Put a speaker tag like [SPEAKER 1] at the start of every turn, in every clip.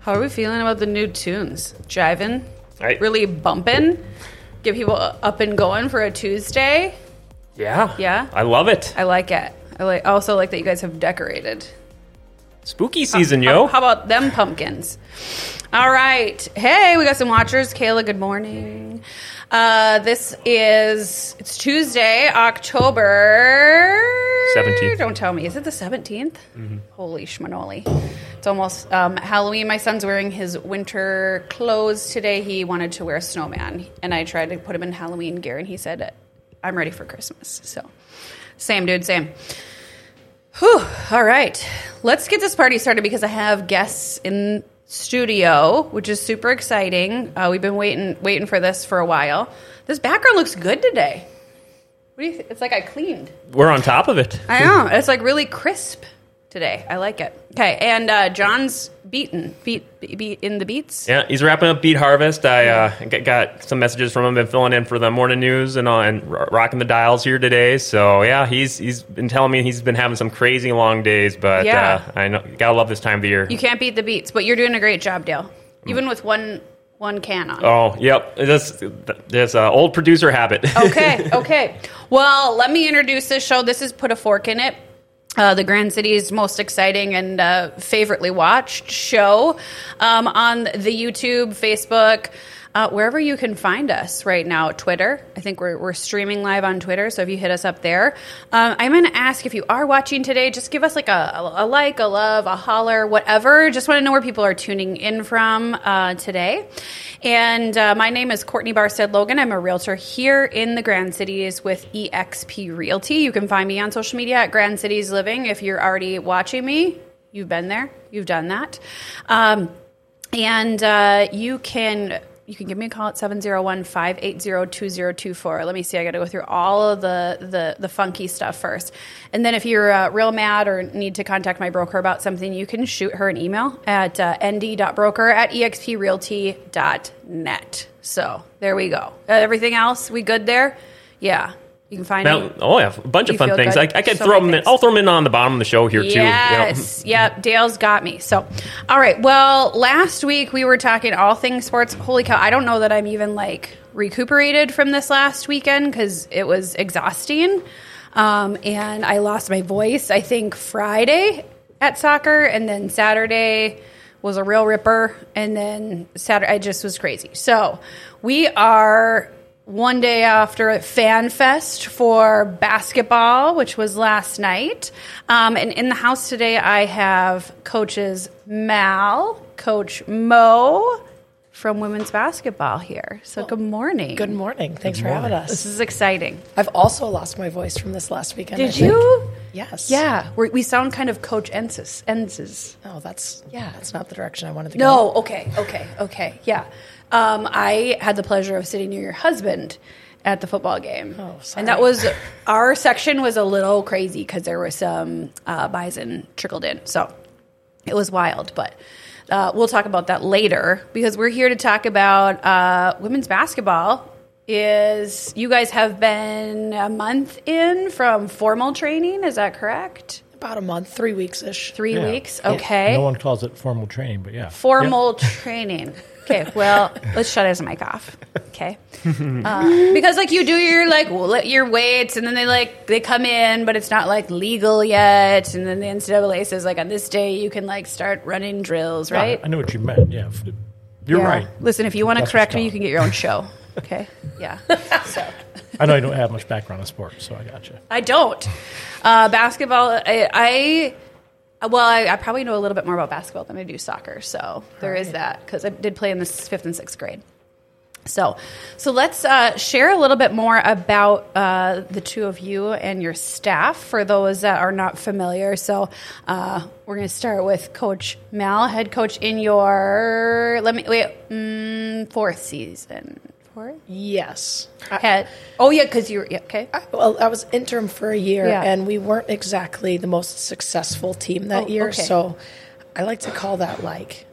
[SPEAKER 1] How are we feeling about the new tunes? Driving?
[SPEAKER 2] I-
[SPEAKER 1] Really bumping? Get people up and going for a Tuesday?
[SPEAKER 2] Yeah.
[SPEAKER 1] Yeah?
[SPEAKER 2] I love it.
[SPEAKER 1] I like it. I like, I also like that you guys have decorated.
[SPEAKER 2] Spooky season,
[SPEAKER 1] How,
[SPEAKER 2] yo.
[SPEAKER 1] how about them pumpkins? All right. Hey, we got some watchers. Kayla, good morning. Uh, this is it's Tuesday, October
[SPEAKER 2] 17th.
[SPEAKER 1] Don't tell me. Is it the 17th? Holy schmanoli. It's almost um, Halloween. My son's wearing his winter clothes today. He wanted to wear a snowman, and I tried to put him in Halloween gear, and he said, I'm ready for Christmas. So, same dude, same. Whew. All right. Let's get this party started because I have guests in studio, which is super exciting. Uh, we've been waiting waiting for this for a while. This background looks good today. What do you th- it's like I cleaned.
[SPEAKER 2] We're on top of it.
[SPEAKER 1] I know. It's like really crisp today. I like it. Okay, and uh, John's beaten beat, beat in the beats.
[SPEAKER 2] Yeah, he's wrapping up Beat Harvest. I uh, g- got some messages from him. Been filling in for the morning news and on and ro- rocking the dials here today. So yeah, he's he's been telling me he's been having some crazy long days, but
[SPEAKER 1] Yeah.
[SPEAKER 2] uh, I know gotta love this time of the year.
[SPEAKER 1] You can't beat the beats, but you're doing a great job, Dale. Even with one one can on.
[SPEAKER 2] oh, yep, this this uh, old producer habit.
[SPEAKER 1] okay, okay. Well, let me introduce this show. This is Put a Fork in It, uh, the Grand City's most exciting and uh, favoritely watched show um, on the YouTube, Facebook. Uh, wherever you can find us right now, Twitter. I think we're, we're streaming live on Twitter, so if you hit us up there, um, I'm going to ask if you are watching today, just give us like a, a like, a love, a holler, whatever. Just want to know where people are tuning in from uh, today. And uh, my name is Courtney Barstead Logan. I'm a realtor here in the Grand Cities with EXP Realty. You can find me on social media at Grand Cities Living. If you're already watching me, you've been there, you've done that. Um, and uh, you can you can give me a call at 701-580-2024 let me see i gotta go through all of the the, the funky stuff first and then if you're uh, real mad or need to contact my broker about something you can shoot her an email at uh, nd.broker at e exprealty.net so there we go Uh, everything else we good there yeah you can find
[SPEAKER 2] Now,
[SPEAKER 1] me
[SPEAKER 2] oh yeah, a bunch
[SPEAKER 1] You
[SPEAKER 2] of fun
[SPEAKER 1] feel
[SPEAKER 2] things. I,
[SPEAKER 1] good?
[SPEAKER 2] I could
[SPEAKER 1] So
[SPEAKER 2] throw
[SPEAKER 1] many
[SPEAKER 2] them. In,
[SPEAKER 1] things.
[SPEAKER 2] I'll throw them in on the bottom of the show here too.
[SPEAKER 1] Yes. Yep. Dale's got me. So, all right. Well, last week we were talking all things sports. Holy cow. I don't know that I'm even like recuperated from this last weekend because it was exhausting. Um, and I lost my voice, I think, Friday at soccer. And then Saturday was a real ripper. And then Saturday, I just was crazy. So, we are one day after Fan Fest for basketball, which was last night. Um, and in the house today, I have coaches Mal, Coach Mo from women's basketball here. So good morning.
[SPEAKER 3] Good morning. Thanks for having
[SPEAKER 1] This
[SPEAKER 3] us.
[SPEAKER 1] is exciting.
[SPEAKER 3] I've also lost my voice from this last weekend. I
[SPEAKER 1] Did
[SPEAKER 3] think.
[SPEAKER 1] you?
[SPEAKER 3] Yes.
[SPEAKER 1] Yeah. We're, we sound kind of Coach Ensis. Ensis.
[SPEAKER 3] No, Oh, that's
[SPEAKER 1] Yeah.
[SPEAKER 3] yeah. That's not the direction I wanted to go.
[SPEAKER 1] No, okay, okay, okay. Yeah. Um, I had the pleasure of sitting near your husband at the football game.
[SPEAKER 3] Oh, sorry.
[SPEAKER 1] And that was our section was a little crazy because there was some uh, bison trickled in. So it was wild, but uh, we'll talk about that later because we're here to talk about uh, women's basketball. Is you guys have been a month in from formal training? Is that correct?
[SPEAKER 3] About a month, three weeks ish.
[SPEAKER 1] Three
[SPEAKER 4] Yeah.
[SPEAKER 1] weeks, okay.
[SPEAKER 4] No one calls it formal training, but yeah.
[SPEAKER 1] Formal training. Okay, well, let's shut his mic off. Okay, uh, because like you do your like w- your weights, and then they like they come in, but it's not like legal yet. And then the NCAA says like on this day you can like start running drills,
[SPEAKER 4] Yeah.
[SPEAKER 1] right?
[SPEAKER 4] I know what you meant. Yeah. F- You're
[SPEAKER 1] Yeah.
[SPEAKER 4] right.
[SPEAKER 1] Listen, if you want to
[SPEAKER 4] That's
[SPEAKER 1] correct
[SPEAKER 4] what's
[SPEAKER 1] me, you
[SPEAKER 4] gone.
[SPEAKER 1] can get your own show. Okay, yeah. So
[SPEAKER 4] I know I don't have much background in sports, so I got you.
[SPEAKER 1] I don't uh, basketball. I, I well, I, I probably know a little bit more about basketball than I do soccer. So there is that because I did play in the s- fifth and sixth grade. So, so let's uh, share a little bit more about uh, the two of you and your staff for those that are not familiar. So, uh, we're going to start with Coach Mal, head coach in your let me wait mm, fourth season. Fourth?
[SPEAKER 3] Yes. I,
[SPEAKER 1] Head. Uh, Oh yeah, because you were yeah, okay.
[SPEAKER 3] I- well, I was interim for a year,
[SPEAKER 1] Yeah.
[SPEAKER 3] and we weren't exactly the most successful team that
[SPEAKER 1] Oh,
[SPEAKER 3] year.
[SPEAKER 1] okay.
[SPEAKER 3] So, I like to call that like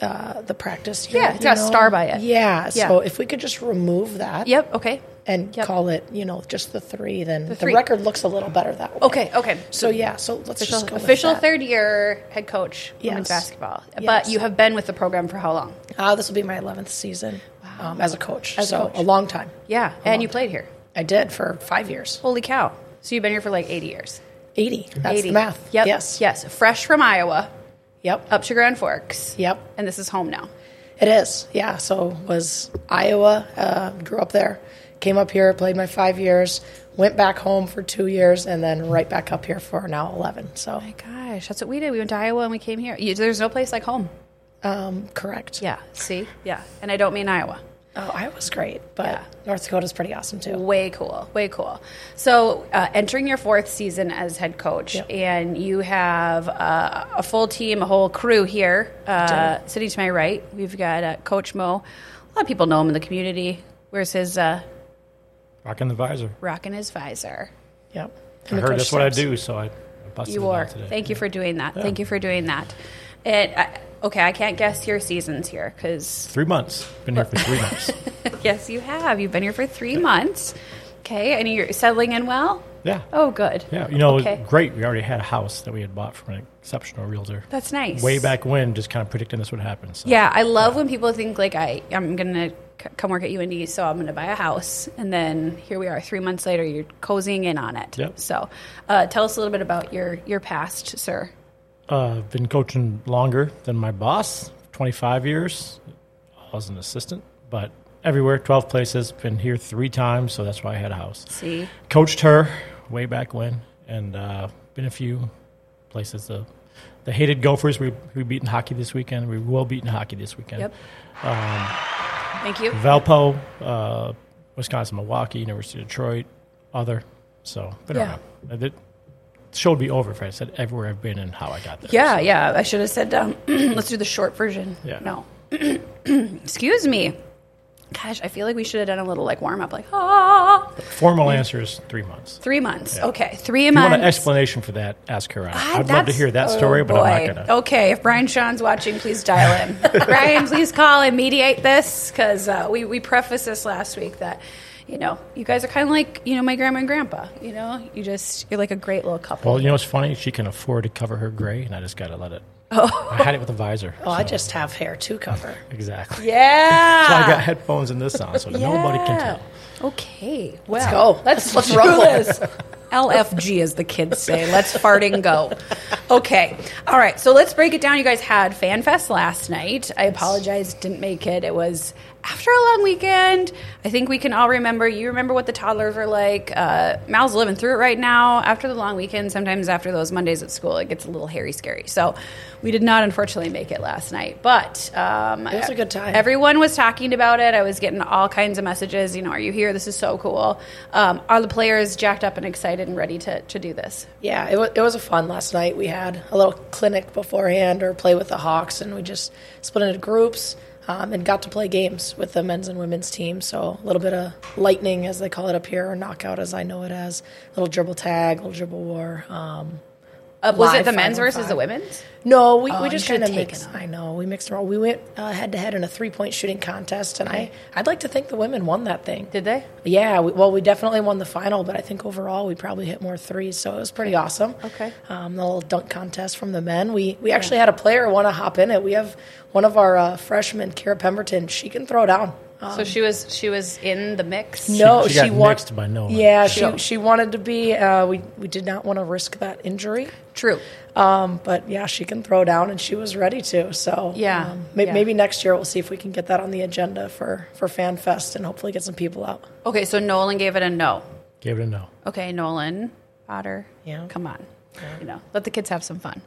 [SPEAKER 3] uh, the practice.
[SPEAKER 1] Yeah, it's got a star by it.
[SPEAKER 3] Yeah,
[SPEAKER 1] Yeah.
[SPEAKER 3] So if we could just remove that.
[SPEAKER 1] Yep. Okay.
[SPEAKER 3] And
[SPEAKER 1] Yep.
[SPEAKER 3] call it, you know, just the three. Then the,
[SPEAKER 1] three.
[SPEAKER 3] record looks a little better that way.
[SPEAKER 1] Okay. Okay.
[SPEAKER 3] So yeah. So let's just
[SPEAKER 1] Official,
[SPEAKER 3] go with
[SPEAKER 1] official
[SPEAKER 3] that.
[SPEAKER 1] third year head coach women's
[SPEAKER 3] Yes.
[SPEAKER 1] basketball. But
[SPEAKER 3] Yes.
[SPEAKER 1] you have been with the program for how long?
[SPEAKER 3] Uh, this will be my eleventh season um, as a coach.
[SPEAKER 1] As a
[SPEAKER 3] so
[SPEAKER 1] coach.
[SPEAKER 3] a long time.
[SPEAKER 1] Yeah, and you played here.
[SPEAKER 3] I did for five years.
[SPEAKER 1] Holy cow! So you've been here for like eighty years.
[SPEAKER 3] Eighty. That's
[SPEAKER 1] 80.
[SPEAKER 3] the math.
[SPEAKER 1] Yep.
[SPEAKER 3] Yes.
[SPEAKER 1] Yes. Fresh from Iowa,
[SPEAKER 3] Yep.
[SPEAKER 1] up to Grand Forks.
[SPEAKER 3] Yep.
[SPEAKER 1] And this is home now.
[SPEAKER 3] It is. Yeah. So was Iowa. Uh, grew up there. Came up here. Played my five years. Went back home for two years, and then right back up here for now eleven. So
[SPEAKER 1] Gosh, that's what we did. We went to Iowa and we came here. You, there's no place like home.
[SPEAKER 3] um, correct.
[SPEAKER 1] Yeah. See. Yeah. And I don't mean Iowa.
[SPEAKER 3] Oh, Iowa's great, but
[SPEAKER 1] Yeah.
[SPEAKER 3] North Dakota's pretty awesome too.
[SPEAKER 1] Way cool. Way cool. So uh, entering your fourth season as head coach,
[SPEAKER 3] Yep.
[SPEAKER 1] and you have uh, a full team, a whole crew here. Uh, sitting to my right, we've got uh, Coach Mo. A lot of people know him in the community. Where's his uh,
[SPEAKER 4] Rocking the visor.
[SPEAKER 1] rocking his visor?
[SPEAKER 3] Yep.
[SPEAKER 4] I
[SPEAKER 3] And the
[SPEAKER 4] heard
[SPEAKER 3] coach
[SPEAKER 4] that's what I
[SPEAKER 3] sucks.
[SPEAKER 4] do, so I I busted
[SPEAKER 1] You
[SPEAKER 4] it out
[SPEAKER 1] are.
[SPEAKER 4] today.
[SPEAKER 1] Thank you for doing that. Thank you for doing that. And I, okay, I can't guess your seasons here because
[SPEAKER 4] Three months. Been here for three months.
[SPEAKER 1] yes, you have. You've been here for three months. Okay, and you're settling in well.
[SPEAKER 4] Yeah.
[SPEAKER 1] Oh, good.
[SPEAKER 4] Yeah, you know, it
[SPEAKER 1] Okay.
[SPEAKER 4] was great. We already had a house that we had bought from an exceptional realtor.
[SPEAKER 1] That's nice.
[SPEAKER 4] Way back when, just kind of predicting this would happen. So.
[SPEAKER 1] Yeah, I love when people think like I, I'm gonna c- come work at UND, so I'm gonna buy a house, and then here we are, three months later, you're cozying in on it.
[SPEAKER 4] Yep.
[SPEAKER 1] So, uh, tell us a little bit about your your past, sir.
[SPEAKER 4] Uh, been coaching longer than my boss, 25 years. I was an assistant, but everywhere, 12 places. Been here three times, so that's why I had a house.
[SPEAKER 1] See,
[SPEAKER 4] Coached her way back when, and uh, been a few places. The, the hated Gophers, we, we beat in hockey this weekend. We will beat in hockey this weekend.
[SPEAKER 1] Yep.
[SPEAKER 4] Um,
[SPEAKER 1] thank you.
[SPEAKER 4] Valpo, uh, Wisconsin, Milwaukee, University of Detroit, other. So, been
[SPEAKER 1] Yeah.
[SPEAKER 4] around. Uh, The show would be over if I said everywhere I've been and how I got there.
[SPEAKER 1] Yeah, yeah. I should have said, um, let's do the short version.
[SPEAKER 4] Yeah.
[SPEAKER 1] No. Excuse me. Gosh, I feel like we should have done a little like warm up, like, ah,
[SPEAKER 4] Formal answer is three months.
[SPEAKER 1] three months.
[SPEAKER 4] Yeah.
[SPEAKER 1] Okay, three
[SPEAKER 4] If you
[SPEAKER 1] months.
[SPEAKER 4] want an explanation for that, ask her out.
[SPEAKER 1] Ah,
[SPEAKER 4] I'd love to
[SPEAKER 1] that's-
[SPEAKER 4] hear that
[SPEAKER 1] oh,
[SPEAKER 4] story, but I'm
[SPEAKER 1] boy.
[SPEAKER 4] not going to.
[SPEAKER 1] Okay, if Brian Sean's watching, please dial in. Brian, please call and mediate this because uh, we we prefaced this last week that you know you guys are kind of like you know my grandma and grandpa. You know, you just you're like a great little couple.
[SPEAKER 4] Well, you know what's funny? She can afford to cover her gray, and I just got to let it. Oh. I had it with a visor.
[SPEAKER 3] Oh, I
[SPEAKER 4] so-
[SPEAKER 3] just have hair to cover.
[SPEAKER 4] Exactly.
[SPEAKER 1] yeah.
[SPEAKER 4] So I got headphones and this on, so that nobody can
[SPEAKER 1] Yeah.
[SPEAKER 4] tell.
[SPEAKER 1] Okay. Well,
[SPEAKER 3] go.
[SPEAKER 1] Let's let's roll this. LFG, as the kids say. Let's fart and go. Okay. All right. So let's break it down. You guys had Fan Fest last night. I apologize, didn't make it. It was after a long weekend. I think we can all remember. You remember what the toddlers are like. Uh, Mal's living through it right now. After the long weekend, sometimes after those Mondays at school, it gets a little hairy scary. So we did not, unfortunately, make it last night. But um,
[SPEAKER 3] It was a good time.
[SPEAKER 1] Every everyone was talking about it. I was getting all kinds of messages. You know, are you here? This is so cool. Um, are the players jacked up and excited and ready to, to do this?
[SPEAKER 3] Yeah, it was, it was a fun last night. We had a little clinic beforehand or play with the Hawks, and we just split into groups um, and got to play games with the men's and women's team. So a little bit of lightning, as they call it up here, or knockout, as I know it as, little dribble tag, little dribble war. Um,
[SPEAKER 1] Uh, was it
[SPEAKER 3] Live
[SPEAKER 1] the men's
[SPEAKER 3] five on
[SPEAKER 1] versus the
[SPEAKER 3] five.
[SPEAKER 1] women's?
[SPEAKER 3] no, we, we
[SPEAKER 1] you
[SPEAKER 3] just
[SPEAKER 1] should've
[SPEAKER 3] kind of
[SPEAKER 1] taken
[SPEAKER 3] mixed.
[SPEAKER 1] them.
[SPEAKER 3] I know we mixed them all. We went head to head in a three point shooting contest, and I I'd like to think the women won that thing.
[SPEAKER 1] Did they?
[SPEAKER 3] Yeah, we, well, we definitely won the final, but I think overall we probably hit more threes, so it was pretty awesome.
[SPEAKER 1] Okay.
[SPEAKER 3] Um, the little dunk contest from the men. We we actually had a player want to hop in it. We have one of our uh, freshmen, Kira Pemberton. She can throw down. Um,
[SPEAKER 1] so she was she was in the mix.
[SPEAKER 3] no,
[SPEAKER 4] she
[SPEAKER 3] she,
[SPEAKER 4] got
[SPEAKER 3] wa-
[SPEAKER 4] mixed by no one.
[SPEAKER 3] Yeah, she
[SPEAKER 1] Sure.
[SPEAKER 3] she wanted to be. Uh, we we did not want to risk that injury.
[SPEAKER 1] True.
[SPEAKER 3] Um, but yeah, she can throw down, and she was ready to. So
[SPEAKER 1] Yeah,
[SPEAKER 3] um, may-
[SPEAKER 1] yeah.
[SPEAKER 3] maybe next year we'll see if we can get that on the agenda for for Fan Fest and hopefully get some people out.
[SPEAKER 1] Okay, so Nolan gave it a no.
[SPEAKER 4] Gave it a no.
[SPEAKER 1] Okay, Nolan Potter.
[SPEAKER 3] Yeah.
[SPEAKER 1] Come on. You know, let the kids have some fun.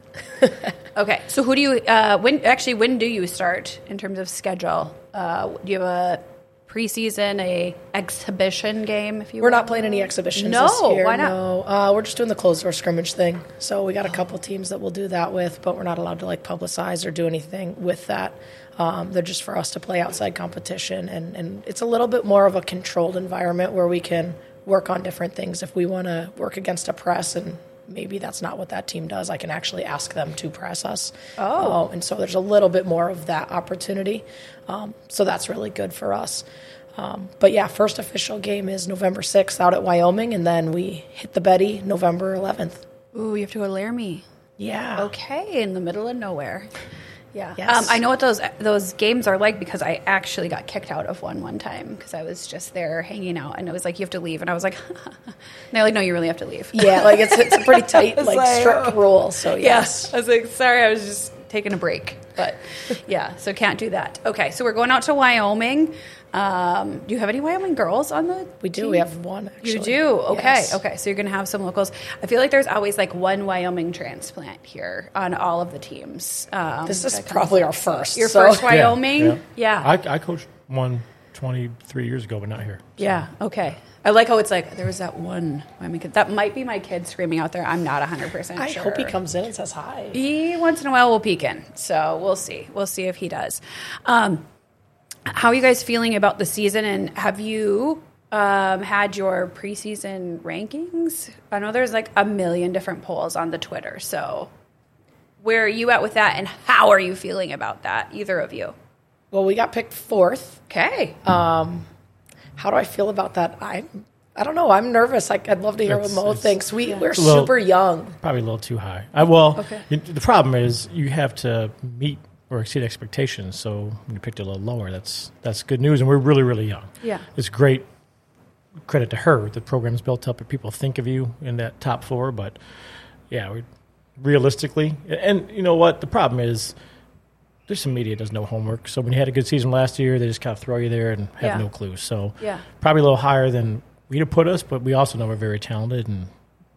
[SPEAKER 1] okay, so who do you? Uh, when actually, when do you start in terms of schedule? Uh, do you have a preseason, a exhibition game? If you
[SPEAKER 3] We're
[SPEAKER 1] will?
[SPEAKER 3] not playing any exhibitions
[SPEAKER 1] No,
[SPEAKER 3] this year.
[SPEAKER 1] why not?
[SPEAKER 3] No, uh, we're just doing the closed door scrimmage thing. So we got a couple teams that we'll do that with, but we're not allowed to like publicize or do anything with that. Um, they're just for us to play outside competition, and and it's a little bit more of a controlled environment where we can work on different things. If we want to work against a press and maybe that's not what that team does. I can actually ask them to press us.
[SPEAKER 1] Oh.
[SPEAKER 3] Uh, and so there's a little bit more of that opportunity. Um, so that's really good for us. Um, but yeah, first official game is November 6th out at Wyoming, and then we hit the Betty November 11th.
[SPEAKER 1] Ooh, you have to go to Laramie.
[SPEAKER 3] Yeah.
[SPEAKER 1] Okay, in the middle of nowhere. Yeah.
[SPEAKER 3] Yes.
[SPEAKER 1] Um, I know what those those games are like because I actually got kicked out of one one time because I was just there hanging out and it was like you have to leave and I was like, and they're like, no, you really have to leave.
[SPEAKER 3] Yeah, like it's, it's a pretty tight like,
[SPEAKER 1] like, oh.
[SPEAKER 3] strict rule. So yes.
[SPEAKER 1] I was like, sorry, I was just taking a break. But yeah, so can't do that. Okay, so we're going out to Wyoming. Um, do you have any Wyoming girls on the?
[SPEAKER 3] We do. We have one. Actually.
[SPEAKER 1] You do? Okay.
[SPEAKER 3] Yes.
[SPEAKER 1] Okay. So you're going to have some locals. I feel like there's always like one Wyoming transplant here on all of the teams. Um,
[SPEAKER 3] This
[SPEAKER 1] that
[SPEAKER 3] is
[SPEAKER 1] kinda
[SPEAKER 3] probably our
[SPEAKER 1] sucks.
[SPEAKER 3] first.
[SPEAKER 1] Your
[SPEAKER 3] so-
[SPEAKER 1] first Wyoming? Yeah.
[SPEAKER 4] I, I coached one 23 years ago, but not here.
[SPEAKER 1] Yeah, Okay. I like how it's like there was that one Wyoming kid. That might be my kid screaming out there. I'm not 100%
[SPEAKER 3] I
[SPEAKER 1] sure.
[SPEAKER 3] hope he comes in and says hi.
[SPEAKER 1] He once in a while will peek in. So we'll see. We'll see if he does. Um, how are you guys feeling about the season? And have you um, had your preseason rankings? I know there's like a million different polls on the Twitter. So where are you at with that? And how are you feeling about that, either of you?
[SPEAKER 3] Well, we got picked fourth.
[SPEAKER 1] Okay.
[SPEAKER 3] Um, How do I feel about that? I'm. I don't know. I'm nervous. Like, I'd love to hear
[SPEAKER 4] It's-
[SPEAKER 3] what Mo
[SPEAKER 4] it's-
[SPEAKER 3] thinks. We we're
[SPEAKER 4] Well-
[SPEAKER 3] super young.
[SPEAKER 4] Probably a little too high. I well,
[SPEAKER 1] Okay.
[SPEAKER 4] you- the problem is you have to meet or exceed expectations. So when you picked it a little lower, that's that's good news. And we're really really young.
[SPEAKER 1] Yeah.
[SPEAKER 4] it's great credit to her. The program's built up, and people think of you in that top four. But yeah, we, realistically, and you know what the problem is. There's some media that does no homework. So when you had a good season last year, they just kind of throw you there and have
[SPEAKER 1] Yeah.
[SPEAKER 4] no clue. So
[SPEAKER 1] Yeah.
[SPEAKER 4] probably a little higher than we'd have put us, but we also know we're very talented and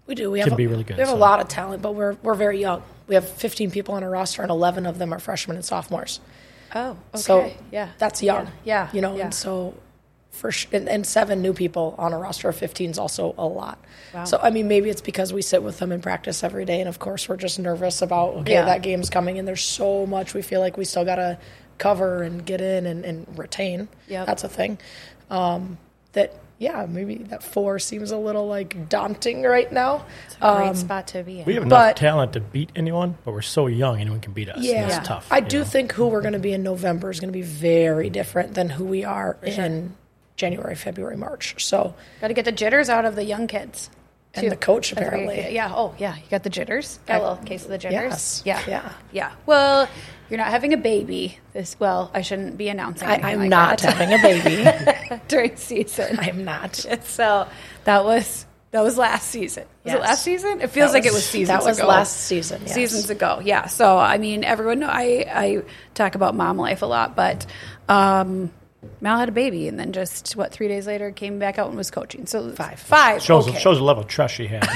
[SPEAKER 3] We do. We
[SPEAKER 4] Can
[SPEAKER 3] have
[SPEAKER 4] be
[SPEAKER 3] a,
[SPEAKER 4] really good,
[SPEAKER 3] We have a
[SPEAKER 4] so.
[SPEAKER 3] lot of talent, but we're we're very young. We have 15 people on our roster, and 11 of them are freshmen and sophomores.
[SPEAKER 1] oh, okay.
[SPEAKER 3] So
[SPEAKER 1] yeah.
[SPEAKER 3] that's young.
[SPEAKER 1] Yeah, yeah,
[SPEAKER 3] you know,
[SPEAKER 1] yeah.
[SPEAKER 3] and so for sh- and, and seven new people on a roster of 15 is also a lot.
[SPEAKER 1] Wow.
[SPEAKER 3] So I mean, maybe it's because we sit with them in practice every day, and of course we're just nervous about okay
[SPEAKER 1] Yeah.
[SPEAKER 3] that game's coming, and there's so much we feel like we still gotta cover and get in and, and retain.
[SPEAKER 1] Yep.
[SPEAKER 3] that's a thing. Um, that yeah, maybe that four seems a little like daunting right now.
[SPEAKER 1] great spot to be in.
[SPEAKER 4] We have
[SPEAKER 3] But-
[SPEAKER 4] enough talent to beat anyone, but we're so young, anyone can beat us. and
[SPEAKER 3] Yeah,
[SPEAKER 4] that's tough.
[SPEAKER 3] I
[SPEAKER 4] you
[SPEAKER 3] do
[SPEAKER 4] know?
[SPEAKER 3] think who we're going to be in November is going to be very different than who we are in January, February, March. So,
[SPEAKER 1] Got to get the jitters out of the young kids.
[SPEAKER 3] and the coach
[SPEAKER 1] That's very-
[SPEAKER 3] apparently.
[SPEAKER 1] yeah. Oh, yeah. You got the jitters. Got a
[SPEAKER 3] I-
[SPEAKER 1] little case of the jitters.
[SPEAKER 3] Yes.
[SPEAKER 1] Yeah.
[SPEAKER 3] Yeah.
[SPEAKER 1] Yeah. Well, you're not having a baby. This. Well, I shouldn't be announcing. anything
[SPEAKER 3] I, I'm
[SPEAKER 1] like
[SPEAKER 3] not
[SPEAKER 1] that
[SPEAKER 3] having a baby.
[SPEAKER 1] during season.
[SPEAKER 3] I'm not.
[SPEAKER 1] So that was that was last season. Was it
[SPEAKER 3] Yes.
[SPEAKER 1] last season? It feels
[SPEAKER 3] That
[SPEAKER 1] like it
[SPEAKER 3] was-
[SPEAKER 1] was seasons
[SPEAKER 3] that was
[SPEAKER 1] ago.
[SPEAKER 3] last season, yes.
[SPEAKER 1] Seasons ago. Yeah. So I mean, everyone. Know, I I talk about mom life a lot, but. um Mal had a baby, and then just what three days later came back out and was coaching. So
[SPEAKER 3] Five.
[SPEAKER 1] five.
[SPEAKER 4] shows
[SPEAKER 1] okay.
[SPEAKER 4] shows the level of trust she had.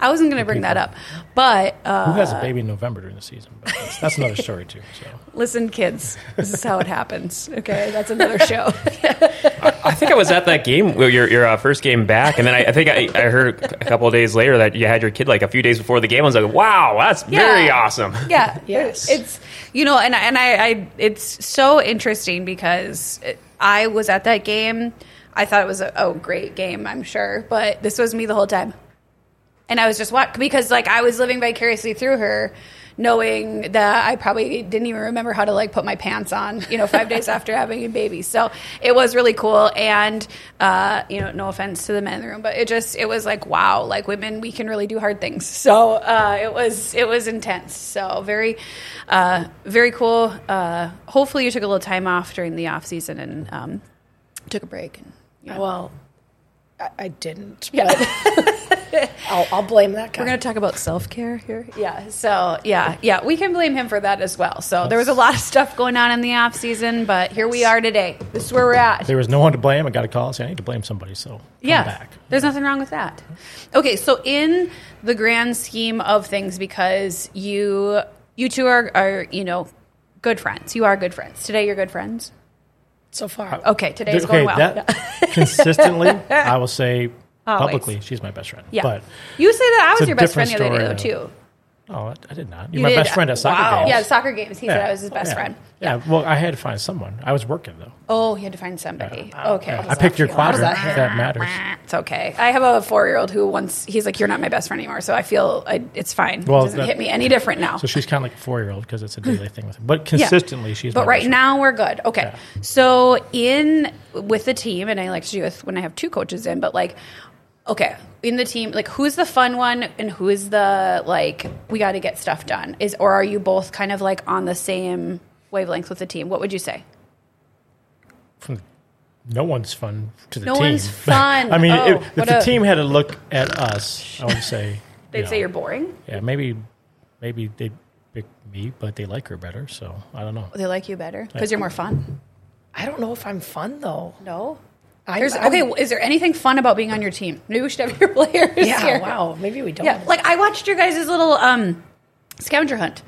[SPEAKER 1] I wasn't going to bring that up, but uh,
[SPEAKER 4] Who has a baby in November during the season? But that's, that's another story too. So
[SPEAKER 1] Listen, kids, this is how it happens. Okay, that's another show.
[SPEAKER 2] I think I was at that game, well, your your uh, first game back, and then I, I think I, I heard a couple of days later that you had your kid like a few days before the game. I was like, wow, that's very
[SPEAKER 1] Yeah.
[SPEAKER 2] awesome.
[SPEAKER 1] yeah,
[SPEAKER 3] Yes.
[SPEAKER 1] it's you know, and and I, I it's so interesting because it, I was at that game. I thought it was a oh great game, I'm sure, but this was me the whole time, and I was just what because like I was living vicariously through her. Knowing that I probably didn't even remember how to like put my pants on, you know, five days after having a baby. So it was really cool. And, uh, you know, no offense to the men in the room, but it just, it was like, wow, like women, we can really do hard things. So uh, it was, it was intense. So very, uh, very cool. Uh, hopefully you took a little time off during the off season and um, took a break. And, you know.
[SPEAKER 3] Well, I, I didn't. But I'll, I'll blame that guy.
[SPEAKER 1] We're going to talk about self care here. Yeah. So, yeah. Yeah. We can blame him for that as well. So, there was a lot of stuff going on in the off season, but here we are today. This is where we're at.
[SPEAKER 4] there was no one to blame. I got a call saying I need to blame somebody. So come
[SPEAKER 1] Yeah.
[SPEAKER 4] back.
[SPEAKER 1] There's nothing wrong with that. Okay, so in the grand scheme of things, because you you two are, are you know good friends. You are good friends. Today you're good friends.
[SPEAKER 3] so far.
[SPEAKER 1] Okay, today's
[SPEAKER 4] okay,
[SPEAKER 1] going well.
[SPEAKER 4] that consistently, I will say
[SPEAKER 1] Always.
[SPEAKER 4] publicly, she's my best friend.
[SPEAKER 1] yeah.
[SPEAKER 4] but
[SPEAKER 1] you say that I
[SPEAKER 4] it's
[SPEAKER 1] was
[SPEAKER 4] a
[SPEAKER 1] your best friend
[SPEAKER 4] different
[SPEAKER 1] the other day though
[SPEAKER 4] story,
[SPEAKER 1] too.
[SPEAKER 4] No, oh, I, I did not. You're
[SPEAKER 5] You
[SPEAKER 4] my
[SPEAKER 5] did-
[SPEAKER 4] best friend at soccer
[SPEAKER 5] wow.
[SPEAKER 4] games.
[SPEAKER 5] Yeah, soccer games. He said I was his best
[SPEAKER 4] Yeah.
[SPEAKER 5] friend.
[SPEAKER 4] Yeah. Well, I had to find someone. I was working though.
[SPEAKER 1] Oh, you had to find somebody.
[SPEAKER 5] Okay.
[SPEAKER 4] Yeah. I picked your
[SPEAKER 5] does
[SPEAKER 4] quadrant.
[SPEAKER 5] that
[SPEAKER 4] If that matters.
[SPEAKER 5] It's okay. I have a four-year-old who once he's like, "You're not my best friend anymore," so I feel I, it's fine.
[SPEAKER 4] Well,
[SPEAKER 5] it doesn't
[SPEAKER 4] that-
[SPEAKER 5] hit me any different now.
[SPEAKER 4] So she's kind of like a four year old because it's a daily thing with her. But consistently, she's.
[SPEAKER 1] But
[SPEAKER 4] my
[SPEAKER 1] right
[SPEAKER 4] best
[SPEAKER 1] now we're good. Okay.
[SPEAKER 4] Yeah.
[SPEAKER 1] So in with the team, and I like to do this when I have two coaches in, but like, okay, in the team, like who's the fun one and who is the like we got to get stuff done? Is or are you both kind of like on the same wavelength with the team? What would you say?
[SPEAKER 4] friend. From- no one's fun to the
[SPEAKER 1] No
[SPEAKER 4] team.
[SPEAKER 1] one's fun.
[SPEAKER 4] I mean,
[SPEAKER 1] Oh,
[SPEAKER 4] if, if
[SPEAKER 1] what
[SPEAKER 4] the
[SPEAKER 1] a-
[SPEAKER 4] team had to look at us, I would say
[SPEAKER 1] They'd
[SPEAKER 4] you
[SPEAKER 1] say
[SPEAKER 4] know,
[SPEAKER 1] you're boring.
[SPEAKER 4] Yeah, maybe, maybe they pick me, but they like her better. So I don't know.
[SPEAKER 1] They like you better because you're more fun.
[SPEAKER 3] I don't know if I'm fun though.
[SPEAKER 1] No.
[SPEAKER 3] I-
[SPEAKER 1] There's,
[SPEAKER 3] I'm-
[SPEAKER 1] okay, well, is there anything fun about being on your team? Maybe we should have your players
[SPEAKER 3] Yeah,
[SPEAKER 1] here.
[SPEAKER 3] wow. Maybe we don't.
[SPEAKER 1] Yeah, like I watched your guys' little um, scavenger hunt,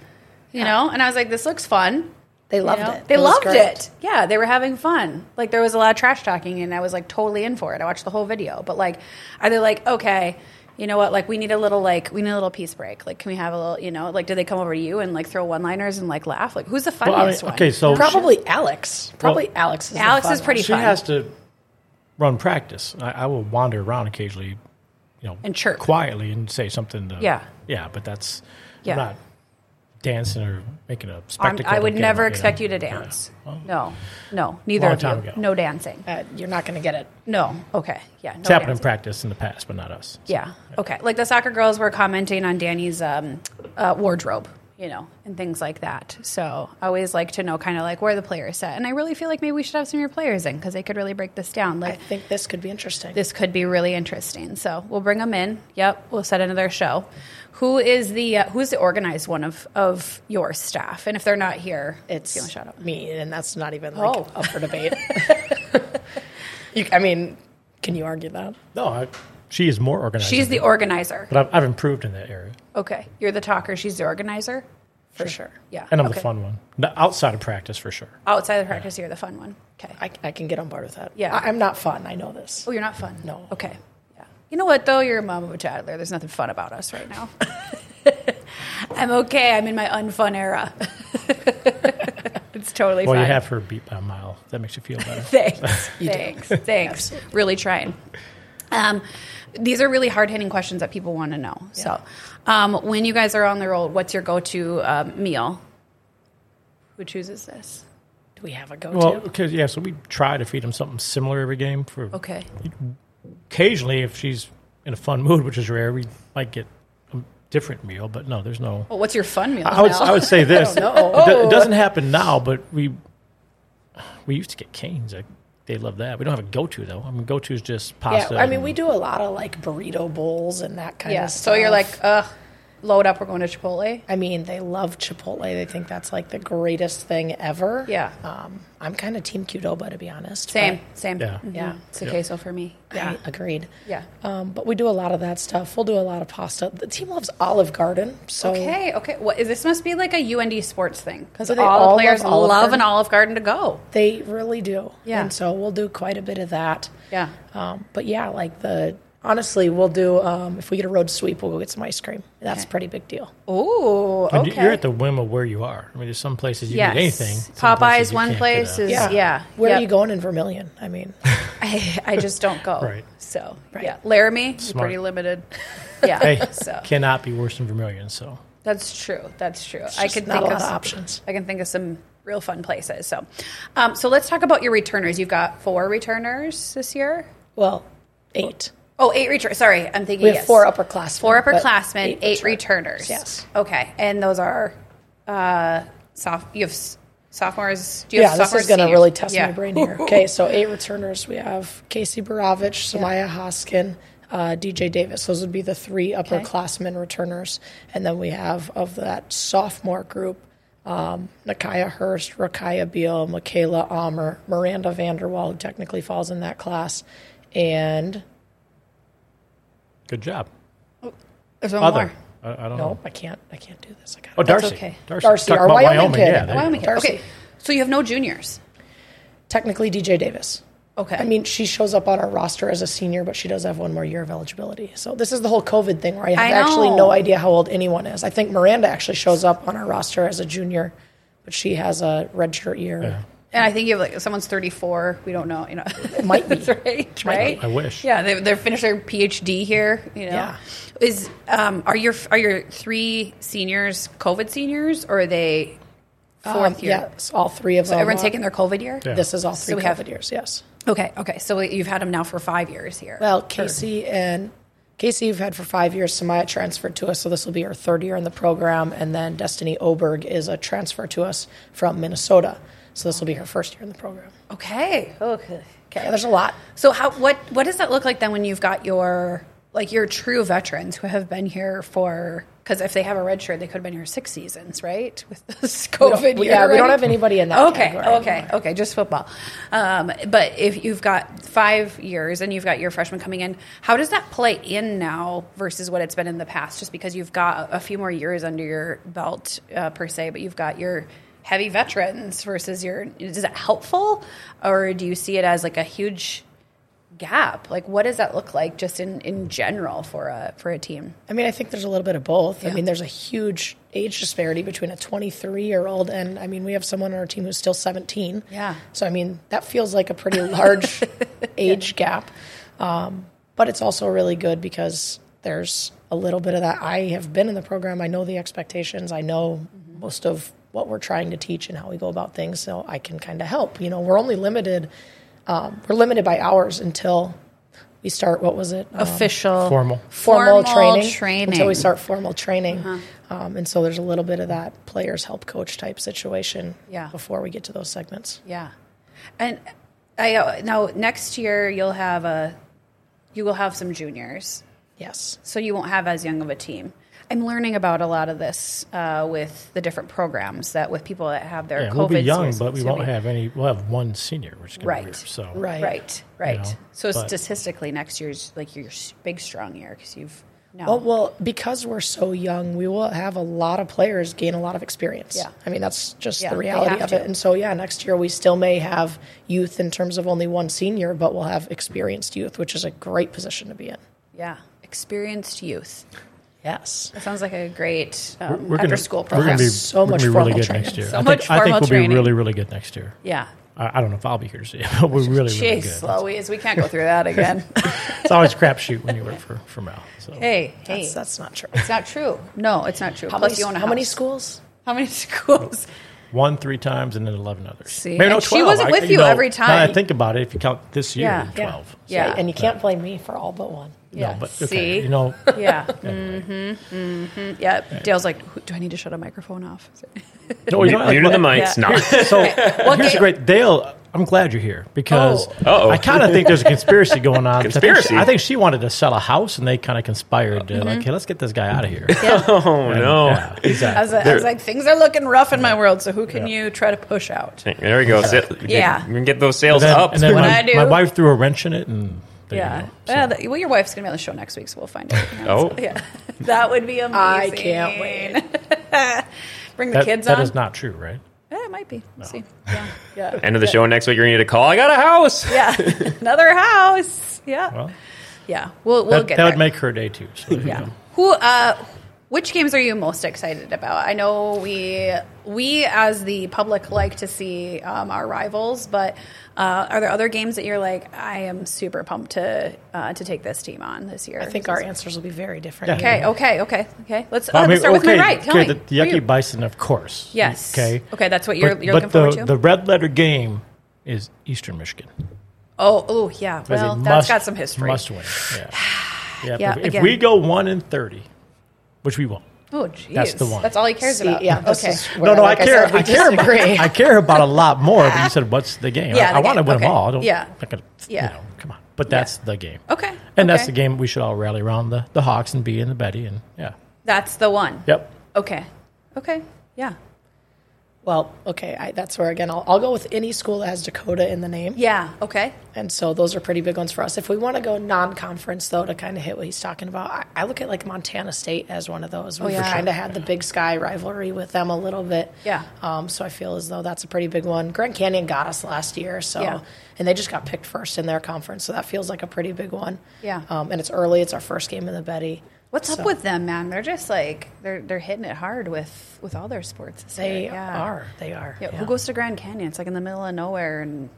[SPEAKER 1] you know, and I was like, this looks fun.
[SPEAKER 3] they
[SPEAKER 1] you
[SPEAKER 3] loved
[SPEAKER 1] know?
[SPEAKER 3] it.
[SPEAKER 1] They
[SPEAKER 3] It was
[SPEAKER 1] loved
[SPEAKER 3] great.
[SPEAKER 1] it. Yeah, they were having fun. Like there was a lot of trash talking, and I was like totally in for it. I watched the whole video, but like, are they like, okay, you know what? Like we need a little like we need a little peace break. Like can we have a little, you know, like do they come over to you and like throw one liners and like laugh? Like who's the
[SPEAKER 4] Well, I mean,
[SPEAKER 1] funniest
[SPEAKER 4] okay,
[SPEAKER 1] one?
[SPEAKER 4] so
[SPEAKER 3] Probably Alex. Probably Alex is the
[SPEAKER 1] Alex
[SPEAKER 3] fun
[SPEAKER 1] is pretty
[SPEAKER 4] she
[SPEAKER 1] fun.
[SPEAKER 4] has to run practice. I, I will wander around occasionally, you know,
[SPEAKER 1] And chirp.
[SPEAKER 4] quietly and say something. To,
[SPEAKER 1] Yeah.
[SPEAKER 4] yeah, but that's
[SPEAKER 1] Yeah.
[SPEAKER 4] I'm not dancing or making a
[SPEAKER 1] I'm-
[SPEAKER 4] spectacle.
[SPEAKER 1] I would
[SPEAKER 4] of it,
[SPEAKER 1] never
[SPEAKER 4] know.
[SPEAKER 1] expect you to dance. No, no, neither
[SPEAKER 4] Long
[SPEAKER 1] of you.
[SPEAKER 4] time ago.
[SPEAKER 1] No dancing.
[SPEAKER 3] one. Uh, you're not going to get it.
[SPEAKER 1] No. Okay. Yeah. No
[SPEAKER 4] It's happened in
[SPEAKER 1] dancing.
[SPEAKER 4] practice in the past, but not us.
[SPEAKER 1] Yeah. Okay. Like the soccer girls were commenting on Danny's um, uh, wardrobe, you know, and things like that. So I always like to know kind of like where the players set. And I really feel like maybe we should have some of your players in because they could really break this down.
[SPEAKER 3] I
[SPEAKER 1] Like
[SPEAKER 3] think this could be interesting.
[SPEAKER 1] this could be really interesting. So we'll bring them in. Yep. We'll set another show. Who is the uh, who's the organized one of of your staff? And if they're not here,
[SPEAKER 3] it's
[SPEAKER 1] give them a shout out.
[SPEAKER 3] me, and that's not even like
[SPEAKER 1] Oh.
[SPEAKER 3] up for debate. you, I mean, can you argue that?
[SPEAKER 4] No, I, she is more organized.
[SPEAKER 1] She's
[SPEAKER 4] than
[SPEAKER 1] the
[SPEAKER 4] me,
[SPEAKER 1] organizer.
[SPEAKER 4] but I've, I've improved in that area,
[SPEAKER 1] Okay. You're the talker. She's the organizer.
[SPEAKER 3] For sure.
[SPEAKER 1] Yeah.
[SPEAKER 4] and I'm
[SPEAKER 1] Okay.
[SPEAKER 4] the fun one. No, outside of practice, for sure.
[SPEAKER 1] Outside of practice, you're the fun one. Okay.
[SPEAKER 3] I, I can get on board with that.
[SPEAKER 1] Yeah.
[SPEAKER 3] I, I'm not fun. I know this.
[SPEAKER 1] Oh, you're not fun.
[SPEAKER 3] No.
[SPEAKER 1] Okay. Yeah. You know what though? You're a mom of a toddler. There's nothing fun about us right now. I'm okay. I'm in my unfun era. it's totally
[SPEAKER 4] Well,
[SPEAKER 1] fine.
[SPEAKER 4] you have her beat by a mile. That makes you feel better.
[SPEAKER 1] Thanks. thanks. Thanks. Really trying. Um, these are really hard hitting questions that people want to know. So, um, when you guys are on the road, what's your go to um, meal? Who chooses this?
[SPEAKER 3] Do we have a go-to?
[SPEAKER 4] well, because yeah, so we try to feed them something similar every game for
[SPEAKER 1] Okay.
[SPEAKER 4] occasionally if she's in a fun mood, which is rare, we might get a different meal. But no, there's no.
[SPEAKER 1] Well, what's your fun meal?
[SPEAKER 4] I would
[SPEAKER 1] now?
[SPEAKER 4] I would say this.
[SPEAKER 3] I don't know.
[SPEAKER 4] It, do, it doesn't happen now, but we we used to get canes. Like, they love that. We don't have a go-to though. I mean, go-to is just
[SPEAKER 3] yeah,
[SPEAKER 4] pasta.
[SPEAKER 3] I mean,
[SPEAKER 4] and-
[SPEAKER 3] we do a lot of like burrito bowls and that kind
[SPEAKER 1] yeah.
[SPEAKER 3] of stuff.
[SPEAKER 1] So you're like, ugh, load up. We're going to Chipotle.
[SPEAKER 3] I mean, they love Chipotle. They think that's like the greatest thing ever.
[SPEAKER 1] Yeah.
[SPEAKER 3] Um, I'm kind of team Qdoba to be honest.
[SPEAKER 1] Same, same.
[SPEAKER 4] Yeah.
[SPEAKER 1] Mhm.
[SPEAKER 3] Yeah.
[SPEAKER 1] It's a queso for me.
[SPEAKER 3] but I agreed.
[SPEAKER 1] Yeah.
[SPEAKER 3] Um, but we do a lot of that stuff. We'll do a lot of pasta. The team loves Olive Garden, so
[SPEAKER 1] Okay, okay. Well, this must be like a UND sports thing because
[SPEAKER 3] Do
[SPEAKER 1] all,
[SPEAKER 3] they all
[SPEAKER 1] the
[SPEAKER 3] love
[SPEAKER 1] players
[SPEAKER 3] Olive
[SPEAKER 1] love
[SPEAKER 3] Garden?
[SPEAKER 1] an Olive Garden to go.
[SPEAKER 3] they really do.
[SPEAKER 1] Yeah.
[SPEAKER 3] And so we'll do quite a bit of that.
[SPEAKER 1] Yeah.
[SPEAKER 3] Um, but yeah, like the honestly, we'll do um, if we get a road sweep, we'll go get some ice cream. That's a pretty big deal.
[SPEAKER 1] Ooh,
[SPEAKER 4] And
[SPEAKER 1] okay.
[SPEAKER 4] You're at the whim of where you are. I mean, there's some places you
[SPEAKER 1] yes.
[SPEAKER 4] need anything. some places
[SPEAKER 1] Popeyes,
[SPEAKER 4] you
[SPEAKER 1] one
[SPEAKER 4] can't
[SPEAKER 1] place
[SPEAKER 4] get a-
[SPEAKER 1] is yeah.
[SPEAKER 3] Where
[SPEAKER 1] Yep.
[SPEAKER 3] are you going in Vermillion? I mean,
[SPEAKER 1] I, I just don't go.
[SPEAKER 4] Right.
[SPEAKER 1] So yeah, Laramie,
[SPEAKER 4] Smart.
[SPEAKER 1] pretty limited. Yeah.
[SPEAKER 4] Hey,
[SPEAKER 1] So
[SPEAKER 4] cannot be worse than Vermilion. So
[SPEAKER 1] that's true. That's true. I
[SPEAKER 3] just
[SPEAKER 1] could
[SPEAKER 3] not
[SPEAKER 1] think
[SPEAKER 3] a lot
[SPEAKER 1] of
[SPEAKER 3] of
[SPEAKER 1] some-
[SPEAKER 3] options.
[SPEAKER 1] I can think of some real fun places. So, um, so let's talk about your returners. You've got four returners this year.
[SPEAKER 3] well, eight.
[SPEAKER 1] Oh, eight returners. Sorry, I'm thinking
[SPEAKER 3] We have
[SPEAKER 1] yes.
[SPEAKER 3] four upperclassmen.
[SPEAKER 1] Four
[SPEAKER 3] but
[SPEAKER 1] upperclassmen, eight, returners.
[SPEAKER 3] Yes.
[SPEAKER 1] Okay, and those are uh, soph. You have s- sophomores. Do you
[SPEAKER 3] Yeah,
[SPEAKER 1] have
[SPEAKER 3] this
[SPEAKER 1] sophomores,
[SPEAKER 3] is going to
[SPEAKER 1] seniors?
[SPEAKER 3] really test
[SPEAKER 1] Yeah.
[SPEAKER 3] my brain here. Okay, so eight returners. We have Casey Baravich, Samaya Hoskin, uh, DJ Davis. Those would be the three upperclassmen returners. And then we have, of that sophomore group, um, Nakaya Hurst, Rakaya Beal, Michaela Almer, Miranda Vanderwall, who technically falls in that class, and
[SPEAKER 4] good job.
[SPEAKER 1] There's one
[SPEAKER 4] Other,
[SPEAKER 1] more.
[SPEAKER 4] I, I don't
[SPEAKER 3] no,
[SPEAKER 4] know.
[SPEAKER 3] oh, I can't, I can't do this. I got
[SPEAKER 4] Oh, Darcy.
[SPEAKER 1] okay.
[SPEAKER 4] Darcy,
[SPEAKER 3] Darcy,
[SPEAKER 4] Talk
[SPEAKER 3] our
[SPEAKER 4] about
[SPEAKER 3] Wyoming kid.
[SPEAKER 4] Yeah, there you go.
[SPEAKER 1] Wyoming.
[SPEAKER 3] Darcy.
[SPEAKER 1] Okay, so you have no juniors.
[SPEAKER 3] technically DJ Davis.
[SPEAKER 1] Okay.
[SPEAKER 3] I mean, she shows up on our roster as a senior, but she does have one more year of eligibility. So this is the whole COVID thing where I have
[SPEAKER 1] I
[SPEAKER 3] actually
[SPEAKER 1] know.
[SPEAKER 3] no idea how old anyone is. I think Miranda actually shows up on our roster as a junior, but she has a redshirt year.
[SPEAKER 1] and I think you have like someone's 34. We don't know. You know,
[SPEAKER 3] It might be.
[SPEAKER 1] right? Right.
[SPEAKER 4] I wish.
[SPEAKER 1] Yeah, they they're finished their PhD here. You know,
[SPEAKER 3] Yeah.
[SPEAKER 1] is um are your are your three seniors COVID seniors or are they
[SPEAKER 3] Um,
[SPEAKER 1] fourth year?
[SPEAKER 3] yeah, Uh, so all three of
[SPEAKER 1] So
[SPEAKER 3] them.
[SPEAKER 1] everyone's
[SPEAKER 3] are-
[SPEAKER 1] taking their COVID year.
[SPEAKER 4] Yeah.
[SPEAKER 3] This is all three
[SPEAKER 1] we
[SPEAKER 3] COVID
[SPEAKER 1] have-
[SPEAKER 3] years. Yes.
[SPEAKER 1] Okay. Okay. So you've had them now for five years here.
[SPEAKER 3] Well, Casey and Casey, you've had for five years. Samaya transferred to us, so this will be her third year in the program. And then Destiny Oberg is a transfer to us from Minnesota, so this will be her first year in the program.
[SPEAKER 1] okay. Okay.
[SPEAKER 3] Yeah, there's a lot.
[SPEAKER 1] So how what what does that look like then when you've got your like your true veterans who have been here for because if they have a red shirt they could have been here six seasons right with this COVID
[SPEAKER 3] we-
[SPEAKER 1] year
[SPEAKER 3] yeah, we don't
[SPEAKER 1] right?
[SPEAKER 3] have anybody in that
[SPEAKER 1] okay
[SPEAKER 3] category
[SPEAKER 1] okay
[SPEAKER 3] anymore.
[SPEAKER 1] okay just football um, but if you've got five years and you've got your freshman coming in how does that play in now versus what it's been in the past just because you've got a few more years under your belt uh, per se but you've got your heavy veterans versus your is it helpful or do you see it as like a huge gap? Like, what does that look like just in, in general for a for a team?
[SPEAKER 3] I mean, I think there's a little bit of both. I
[SPEAKER 1] Yeah.
[SPEAKER 3] mean, there's a huge age disparity between a 23 year old and I mean, we have someone on our team who's still 17.
[SPEAKER 1] Yeah.
[SPEAKER 3] So I mean, that feels like a pretty large age gap. Um, but it's also really good because there's a little bit of that. I have been in the program. I know the expectations. I know
[SPEAKER 1] Mm-hmm.
[SPEAKER 3] most of what we're trying to teach and how we go about things. So I can kind of help. You know, we're only limited. Um, we're limited by hours until we start. What was
[SPEAKER 1] Oh,
[SPEAKER 3] it? Um,
[SPEAKER 1] Official
[SPEAKER 4] Formal.
[SPEAKER 3] formal,
[SPEAKER 1] Formal
[SPEAKER 3] training,
[SPEAKER 1] training. Uh-huh.
[SPEAKER 3] until we start formal training. Um, and so there's a little bit of that players help coach type situation
[SPEAKER 1] Yeah.
[SPEAKER 3] before we get to those segments.
[SPEAKER 1] Yeah, and I uh, now next year you'll have a you will have some juniors,
[SPEAKER 3] Yes.
[SPEAKER 1] so you won't have as young of a team. I'm learning about a lot of this uh, with the different programs that with people that have their
[SPEAKER 4] Yeah,
[SPEAKER 1] COVID.
[SPEAKER 4] we'll be young,
[SPEAKER 1] series-
[SPEAKER 4] but we won't
[SPEAKER 1] excuse me.
[SPEAKER 4] have any. We'll have one senior, which is gonna
[SPEAKER 1] Right.
[SPEAKER 4] be weird, so
[SPEAKER 3] Right.
[SPEAKER 1] Right, right.
[SPEAKER 4] know,
[SPEAKER 1] so
[SPEAKER 4] but-
[SPEAKER 1] statistically, next year's like your s- big strong year because you've now
[SPEAKER 3] Well, Oh, well, because we're so young, we will have a lot of players gain a lot of experience.
[SPEAKER 1] Yeah.
[SPEAKER 3] I mean, that's just
[SPEAKER 1] Yeah,
[SPEAKER 3] the
[SPEAKER 1] they
[SPEAKER 3] reality
[SPEAKER 1] have
[SPEAKER 3] of
[SPEAKER 1] to.
[SPEAKER 3] it. And so, yeah, next year we still may have youth in terms of only one senior, but we'll have experienced youth, which is a great position to be in.
[SPEAKER 1] yeah experienced youth.
[SPEAKER 3] Yes.
[SPEAKER 1] That sounds like a great um,
[SPEAKER 4] We're- we're
[SPEAKER 1] after
[SPEAKER 4] gonna-
[SPEAKER 1] school
[SPEAKER 4] We're
[SPEAKER 1] program.
[SPEAKER 4] gonna be,
[SPEAKER 3] So
[SPEAKER 4] we're gonna
[SPEAKER 3] much
[SPEAKER 4] be really
[SPEAKER 3] formal
[SPEAKER 4] good
[SPEAKER 3] training.
[SPEAKER 4] next year.
[SPEAKER 1] So
[SPEAKER 4] I think,
[SPEAKER 1] much
[SPEAKER 4] I think
[SPEAKER 1] formal
[SPEAKER 4] we'll
[SPEAKER 1] training.
[SPEAKER 4] be really, really good next year.
[SPEAKER 1] Yeah.
[SPEAKER 4] I, I don't know if I'll be here to see it, but we're really, really
[SPEAKER 1] Jeez,
[SPEAKER 4] good.
[SPEAKER 1] Louise, we can't go through that again.
[SPEAKER 4] It's always a crapshoot when you work for for Mal. So.
[SPEAKER 1] hey, hey,
[SPEAKER 3] That's, that's not true.
[SPEAKER 1] it's not true. No, it's not true.
[SPEAKER 3] How,
[SPEAKER 1] Plus,
[SPEAKER 3] many,
[SPEAKER 1] you own a
[SPEAKER 3] how many
[SPEAKER 1] house.
[SPEAKER 3] schools?
[SPEAKER 1] How many schools?
[SPEAKER 4] One three times and then eleven others.
[SPEAKER 1] See? And she wasn't
[SPEAKER 4] I-
[SPEAKER 1] with you every
[SPEAKER 4] now that
[SPEAKER 1] time.
[SPEAKER 4] I think about it. If you count this year,
[SPEAKER 1] Yeah.
[SPEAKER 3] Yeah.
[SPEAKER 4] twelve. So,
[SPEAKER 1] Yeah.
[SPEAKER 3] And you can't blame me for all but one.
[SPEAKER 1] Yeah.
[SPEAKER 4] No, but okay,
[SPEAKER 1] See?
[SPEAKER 4] you know,
[SPEAKER 1] Yeah. Mm-hmm.
[SPEAKER 4] anyway.
[SPEAKER 1] Yeah. Dale's like, "Who- do I need to shut a microphone off?
[SPEAKER 4] No, you know,
[SPEAKER 2] Mute
[SPEAKER 4] what-
[SPEAKER 2] the mics.
[SPEAKER 1] Yeah.
[SPEAKER 2] No.
[SPEAKER 4] So here's
[SPEAKER 1] Dale-
[SPEAKER 4] a great Dale. I'm glad you're here because
[SPEAKER 2] Oh. Uh-oh.
[SPEAKER 4] I kind of think there's a conspiracy going on. I think she- I think,
[SPEAKER 2] Conspiracy?
[SPEAKER 4] she, wanted to sell a house, and they kind of conspired. To,
[SPEAKER 1] Mm-hmm.
[SPEAKER 4] Like, hey, let's get this guy out of here.
[SPEAKER 2] Oh no.
[SPEAKER 4] Yeah,
[SPEAKER 1] I was,
[SPEAKER 4] exactly.
[SPEAKER 1] I was like, things are looking rough in my world, so who can you try to push out?
[SPEAKER 2] There we go. Sit-
[SPEAKER 1] Yeah.
[SPEAKER 2] we can get those sales
[SPEAKER 4] And then,
[SPEAKER 2] up.
[SPEAKER 4] and then
[SPEAKER 1] What
[SPEAKER 4] my,
[SPEAKER 1] I do.
[SPEAKER 4] my wife threw a wrench in it, and there
[SPEAKER 1] Yeah.
[SPEAKER 4] You go.
[SPEAKER 1] Yeah, that- well, your wife's going to be on the show next week, so we'll find out.
[SPEAKER 2] Oh.
[SPEAKER 1] Yeah. That would be amazing.
[SPEAKER 3] I can't wait.
[SPEAKER 1] Bring the
[SPEAKER 4] That,
[SPEAKER 1] kids
[SPEAKER 4] that
[SPEAKER 1] on.
[SPEAKER 4] is not true, right?
[SPEAKER 1] Yeah, it might be. We'll See. Yeah. Yeah.
[SPEAKER 2] End of the show next week. You're gonna need a call. I got a house.
[SPEAKER 1] yeah. Another house. Yeah.
[SPEAKER 4] Well,
[SPEAKER 1] yeah. We'll we'll
[SPEAKER 4] that,
[SPEAKER 1] get
[SPEAKER 4] that
[SPEAKER 1] there.
[SPEAKER 4] would make her day too. So there you
[SPEAKER 1] Yeah.
[SPEAKER 4] go.
[SPEAKER 1] Who uh which games are you most excited about? I know we we as the public like to see um, our rivals, but uh, are there other games that you're like I am super pumped to uh, to take this team on this year?
[SPEAKER 3] I think our answers will be very different.
[SPEAKER 4] Yeah.
[SPEAKER 1] Okay, okay, okay, okay. Let's,
[SPEAKER 4] Well,
[SPEAKER 1] uh,
[SPEAKER 4] I mean,
[SPEAKER 1] let's start with my right. Tell
[SPEAKER 4] okay,
[SPEAKER 1] me.
[SPEAKER 4] The, the
[SPEAKER 1] Who are you?
[SPEAKER 4] yucky bison, of course.
[SPEAKER 1] Yes.
[SPEAKER 4] Okay.
[SPEAKER 1] Okay, that's what you're-
[SPEAKER 4] But-
[SPEAKER 1] you're
[SPEAKER 4] but
[SPEAKER 1] looking forward
[SPEAKER 4] the,
[SPEAKER 1] to?
[SPEAKER 4] The red letter game is Eastern Michigan.
[SPEAKER 1] Oh, oh yeah.
[SPEAKER 4] As a
[SPEAKER 1] Well, that's
[SPEAKER 4] must-
[SPEAKER 1] got some history.
[SPEAKER 4] Must win. Yeah. Yeah,
[SPEAKER 1] Yeah,
[SPEAKER 4] but if
[SPEAKER 1] again.
[SPEAKER 4] we go one in thirty, which we won't.
[SPEAKER 1] Oh, jeez.
[SPEAKER 4] That's the one.
[SPEAKER 1] That's all he cares
[SPEAKER 3] See,
[SPEAKER 1] about.
[SPEAKER 3] yeah, this
[SPEAKER 1] okay.
[SPEAKER 3] is where,
[SPEAKER 4] No, no,
[SPEAKER 3] like
[SPEAKER 4] I care.
[SPEAKER 3] said, we
[SPEAKER 4] I care about.
[SPEAKER 3] disagree.
[SPEAKER 4] I care about a lot more. But you said, "What's the game?"
[SPEAKER 1] Yeah,
[SPEAKER 4] I,
[SPEAKER 1] the
[SPEAKER 4] want to
[SPEAKER 1] game.
[SPEAKER 4] win
[SPEAKER 1] Okay.
[SPEAKER 4] them all. I don't,
[SPEAKER 1] Yeah.
[SPEAKER 4] I'm not gonna,
[SPEAKER 1] Yeah.
[SPEAKER 4] You know, come on. But that's the game.
[SPEAKER 1] Okay.
[SPEAKER 4] And that's
[SPEAKER 1] okay.
[SPEAKER 4] the game we should all rally around the, the Hawks and B and the Betty and yeah.
[SPEAKER 1] That's the one.
[SPEAKER 4] Yep.
[SPEAKER 1] Okay. Okay. Yeah.
[SPEAKER 3] Well, okay, I, that's where again I'll, I'll go with any school that has Dakota in the name.
[SPEAKER 1] Yeah. Okay.
[SPEAKER 3] And so those are pretty big ones for us. If we want to go non-conference though, to kind of hit what he's talking about, I, I look at like Montana State as one of those. We
[SPEAKER 1] Oh, yeah.
[SPEAKER 3] kind of had the Big Sky rivalry with them a little bit.
[SPEAKER 1] Yeah.
[SPEAKER 3] Um, so I feel as though that's a pretty big one. Grand Canyon got us last year, so
[SPEAKER 1] Yeah.
[SPEAKER 3] and they just got picked first in their conference, so that feels like a pretty big one.
[SPEAKER 1] Yeah.
[SPEAKER 3] Um, and it's early; it's our first game in the Betty.
[SPEAKER 1] What's
[SPEAKER 3] So-
[SPEAKER 1] up with them, man? They're just like they're they're hitting it hard with with all their sports. this
[SPEAKER 3] They
[SPEAKER 1] year. Yeah.
[SPEAKER 3] are. They are.
[SPEAKER 1] Yeah, Who goes to Grand Canyon? It's like in the middle of nowhere, and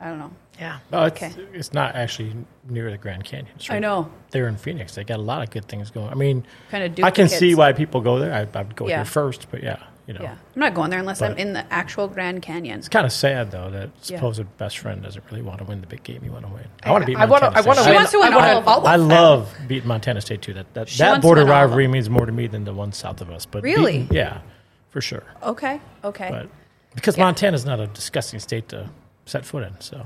[SPEAKER 1] I don't know.
[SPEAKER 3] Yeah.
[SPEAKER 4] No, Uh, it's,
[SPEAKER 1] Okay.
[SPEAKER 4] it's not actually near the Grand Canyon. It's
[SPEAKER 1] I know.
[SPEAKER 4] They're in Phoenix. They got a lot of good things going. I mean,
[SPEAKER 1] Kinda
[SPEAKER 4] I can
[SPEAKER 1] duplicates.
[SPEAKER 4] see why people go there. I, I would go
[SPEAKER 1] Yeah.
[SPEAKER 4] here first, but yeah, you know,
[SPEAKER 1] Yeah, I'm not going there unless I'm
[SPEAKER 4] Oh. But-
[SPEAKER 1] in the actual Grand Canyon.
[SPEAKER 4] it's kind of sad though that
[SPEAKER 1] Yeah.
[SPEAKER 4] supposed best friend doesn't really want to win the big game. You want to win. I, want to beat.
[SPEAKER 3] I wanna-
[SPEAKER 4] Montana
[SPEAKER 3] I wanna
[SPEAKER 4] State.
[SPEAKER 1] She
[SPEAKER 3] win.
[SPEAKER 1] wants to win
[SPEAKER 3] I wanna-
[SPEAKER 1] all of them.
[SPEAKER 3] I'll-
[SPEAKER 4] I love beating Montana State too. That that, that
[SPEAKER 1] wants to
[SPEAKER 4] border
[SPEAKER 1] win all of
[SPEAKER 4] rivalry means more to me than the one south of us. But
[SPEAKER 1] Really?
[SPEAKER 4] beating- yeah, for sure.
[SPEAKER 1] Okay, okay.
[SPEAKER 4] But because Montana's not a disgusting state to set foot in, so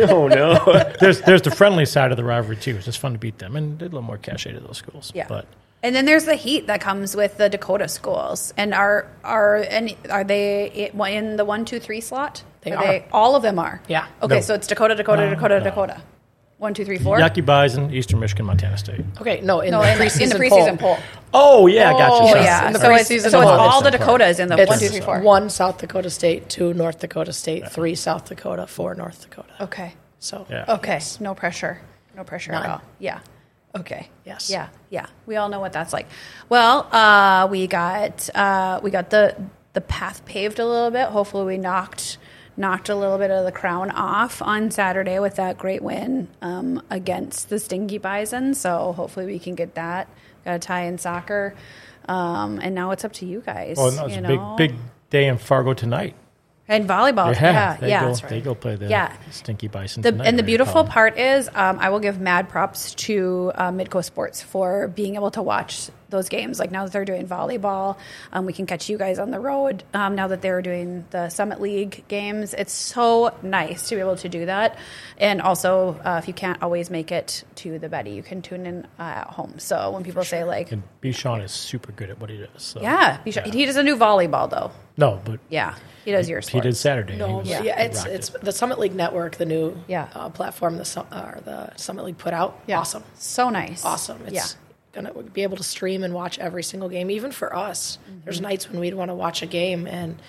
[SPEAKER 2] Oh no.
[SPEAKER 4] there's there's the friendly side of the rivalry too. It's just fun to beat them and they're a little more cachet to those schools.
[SPEAKER 1] Yeah.
[SPEAKER 4] but
[SPEAKER 1] and then there's the heat that comes with the Dakota schools, and are are and are they i- in the one two three slot?
[SPEAKER 3] They are.
[SPEAKER 1] all of them are.
[SPEAKER 3] Yeah.
[SPEAKER 1] Okay,
[SPEAKER 4] No.
[SPEAKER 1] so it's Dakota, Dakota,
[SPEAKER 4] No,
[SPEAKER 1] Dakota,
[SPEAKER 4] no.
[SPEAKER 1] Dakota. One two three four.
[SPEAKER 4] Yaki Bison, Eastern Michigan, Montana State.
[SPEAKER 3] Okay. No, in
[SPEAKER 1] No,
[SPEAKER 3] the
[SPEAKER 1] in, the-
[SPEAKER 3] preseason,
[SPEAKER 1] in the preseason
[SPEAKER 3] poll.
[SPEAKER 1] poll.
[SPEAKER 4] Oh yeah, I got
[SPEAKER 3] Oh,
[SPEAKER 4] you.
[SPEAKER 1] Oh
[SPEAKER 4] Sorry.
[SPEAKER 1] yeah,
[SPEAKER 3] In the
[SPEAKER 1] so, it's, so
[SPEAKER 3] preseason
[SPEAKER 1] it's
[SPEAKER 3] poll.
[SPEAKER 1] all the
[SPEAKER 4] Preseason poll.
[SPEAKER 1] Dakotas in the
[SPEAKER 3] It's
[SPEAKER 1] one two three four.
[SPEAKER 3] One South Dakota State, two North Dakota State, three South Dakota, four North Dakota.
[SPEAKER 1] Okay.
[SPEAKER 3] So oh,
[SPEAKER 4] Yeah.
[SPEAKER 1] Okay. No pressure. No pressure
[SPEAKER 3] None.
[SPEAKER 1] at all. Yeah. Okay.
[SPEAKER 3] Yes.
[SPEAKER 1] Yeah. Yeah. We all know what that's like. Well, uh, we got uh, we got the the path paved a little bit. Hopefully, we knocked knocked a little bit of the crown off on Saturday with that great win um, against the Stingy Bison. So hopefully, we can get that. Got a tie in soccer, um, and now it's up to you guys.
[SPEAKER 4] Oh, no, it's
[SPEAKER 1] you
[SPEAKER 4] a
[SPEAKER 1] know?
[SPEAKER 4] big big day in Fargo tonight.
[SPEAKER 1] and volleyball.
[SPEAKER 4] Yeah,
[SPEAKER 1] Yeah.
[SPEAKER 4] they
[SPEAKER 1] yeah.
[SPEAKER 4] go,
[SPEAKER 1] That's right.
[SPEAKER 4] They go play the
[SPEAKER 1] Yeah.
[SPEAKER 4] Stinky Bison.
[SPEAKER 1] The,
[SPEAKER 4] tonight,
[SPEAKER 1] and the
[SPEAKER 4] whatever you
[SPEAKER 1] beautiful
[SPEAKER 4] call 'em.
[SPEAKER 1] part is, um, I will give mad props to uh, Midco Sports for being able to watch those games. Like now that they're doing volleyball, um, we can catch you guys on the road. Um, now that they're doing the Summit League games, it's so nice to be able to do that. And also, uh, if you can't always make it to the Betty, you can tune in uh, at home. So when people say like,
[SPEAKER 4] And Bichon is super good at what he does. So.
[SPEAKER 1] yeah, you should, he doesn't do volleyball though.
[SPEAKER 4] No, but
[SPEAKER 1] Yeah, he does your
[SPEAKER 4] he
[SPEAKER 1] sports.
[SPEAKER 4] did Saturday. He
[SPEAKER 3] No,
[SPEAKER 4] was-
[SPEAKER 3] yeah,
[SPEAKER 4] he
[SPEAKER 3] it's
[SPEAKER 4] rocked
[SPEAKER 3] it's
[SPEAKER 4] it.
[SPEAKER 3] the Summit League Network, the new
[SPEAKER 1] Yeah.
[SPEAKER 3] uh, platform the Sum- or the Summit League put out.
[SPEAKER 1] Yeah.
[SPEAKER 3] Awesome,
[SPEAKER 1] so nice,
[SPEAKER 3] awesome. It's
[SPEAKER 1] yeah.
[SPEAKER 3] gonna be able to stream and watch every single game, even for us.
[SPEAKER 1] Mm-hmm.
[SPEAKER 3] There's nights when we'd want to watch a game and.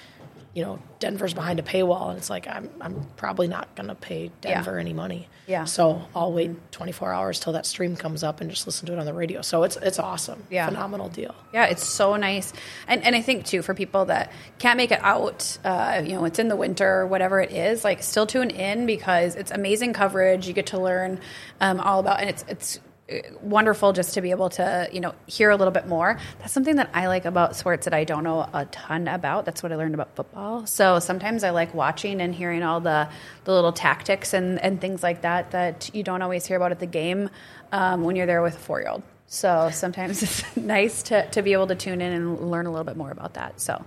[SPEAKER 3] You know, Denver's behind a paywall, and it's like I'm I'm probably not gonna pay Denver any money.
[SPEAKER 1] Yeah. Mm-hmm.
[SPEAKER 3] So I'll wait 24 hours till that stream comes up and just listen to it on the radio. So it's it's awesome.
[SPEAKER 1] Yeah.
[SPEAKER 3] Phenomenal deal.
[SPEAKER 1] Yeah, it's so nice, and and I think too for people that can't make it out, uh, you know, it's in the winter, whatever it is, like still tune in because it's amazing coverage. You get to learn um, all about, and it's it's uh, wonderful just to be able to you know hear a little bit more. That's something that I like about sports that I don't know a ton about. That's what I learned about football. So sometimes I like watching and hearing all the the little tactics and and things like that that you don't always hear about at the game um, when you're there with a four year old. So sometimes it's nice to, to be able to tune in and learn a little bit more about that. So,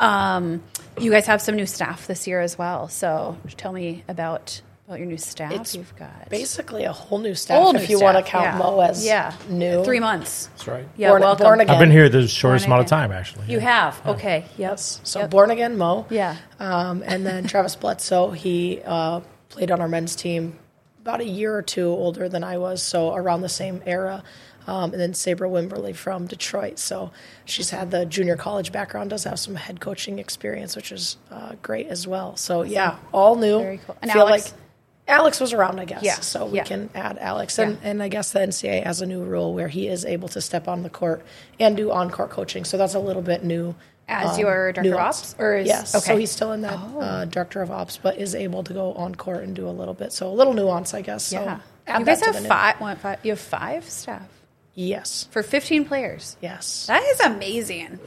[SPEAKER 1] um, you guys have some new staff this year as well. So tell me about about your new staff
[SPEAKER 3] It's
[SPEAKER 1] you've got.
[SPEAKER 3] Basically, a whole new staff.
[SPEAKER 1] Whole
[SPEAKER 3] if
[SPEAKER 1] new
[SPEAKER 3] you want to
[SPEAKER 1] staff,
[SPEAKER 3] count
[SPEAKER 1] yeah.
[SPEAKER 3] Mo as
[SPEAKER 1] yeah
[SPEAKER 3] new,
[SPEAKER 1] three months.
[SPEAKER 4] That's right.
[SPEAKER 1] Yeah,
[SPEAKER 3] Born-
[SPEAKER 1] welcome.
[SPEAKER 3] born again.
[SPEAKER 4] I've been here the shortest
[SPEAKER 1] Born
[SPEAKER 4] amount of
[SPEAKER 1] again.
[SPEAKER 4] time, actually.
[SPEAKER 1] You have okay. Yep.
[SPEAKER 3] So
[SPEAKER 1] Yep.
[SPEAKER 3] born again Mo.
[SPEAKER 1] Yeah.
[SPEAKER 3] Um, and then Travis Bledsoe, he uh, played on our men's team about a year or two older than I was, so around the same era. Um, and then Sabra Wimberly from Detroit. So she's had the junior college background, does have some head coaching experience, which is uh, great as well. So, yeah, all new.
[SPEAKER 1] Very cool. And
[SPEAKER 3] Feel
[SPEAKER 1] Alex?
[SPEAKER 3] like Alex was around, I guess.
[SPEAKER 1] Yeah,
[SPEAKER 3] So we
[SPEAKER 1] yeah.
[SPEAKER 3] can add Alex. And, and I guess the NCAA has a new rule where he is able to step on the court and do on court coaching. So that's a little bit new.
[SPEAKER 1] As your director of
[SPEAKER 3] nuance.
[SPEAKER 1] ops, or is-
[SPEAKER 3] Um, yes?
[SPEAKER 1] okay. Oh.
[SPEAKER 3] So he's still in that uh, director of ops, but is able to go on court and do a little bit. So a little nuance, I guess. So
[SPEAKER 1] yeah.
[SPEAKER 3] add
[SPEAKER 1] Uh-huh. you guys
[SPEAKER 3] that to
[SPEAKER 1] have
[SPEAKER 3] the new-
[SPEAKER 1] five, one, five. You have five staff
[SPEAKER 3] Yes.
[SPEAKER 1] for fifteen players.
[SPEAKER 3] Yes.
[SPEAKER 1] That is amazing.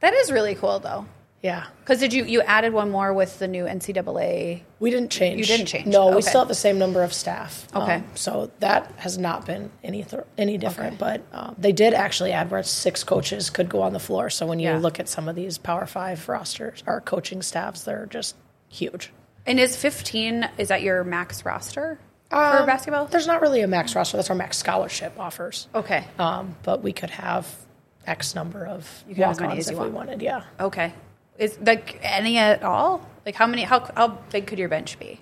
[SPEAKER 1] That is really cool though.
[SPEAKER 3] yeah.
[SPEAKER 1] Because did you you added one more with the new NCAA?
[SPEAKER 3] We didn't change.
[SPEAKER 1] You didn't change.
[SPEAKER 3] No, we
[SPEAKER 1] Okay.
[SPEAKER 3] still have the same number of staff. Um,
[SPEAKER 1] Okay.
[SPEAKER 3] so that has not been any th- any different. But um, they did actually add where six coaches could go on the floor. So when you
[SPEAKER 1] Yeah.
[SPEAKER 3] look at some of these Power Five rosters, our coaching staffs, they're just huge.
[SPEAKER 1] And is fifteen is that your max roster for
[SPEAKER 3] Um,
[SPEAKER 1] basketball?
[SPEAKER 3] There's not really a max roster. That's our max scholarship offers.
[SPEAKER 1] Okay.
[SPEAKER 3] Um, but we could have X number of
[SPEAKER 5] can have
[SPEAKER 3] walk
[SPEAKER 5] as many
[SPEAKER 3] ons
[SPEAKER 5] as
[SPEAKER 3] if
[SPEAKER 5] you
[SPEAKER 3] we
[SPEAKER 5] want.
[SPEAKER 3] wanted. Yeah.
[SPEAKER 5] Okay. Is like any at all? Like how many? How how big could your bench be?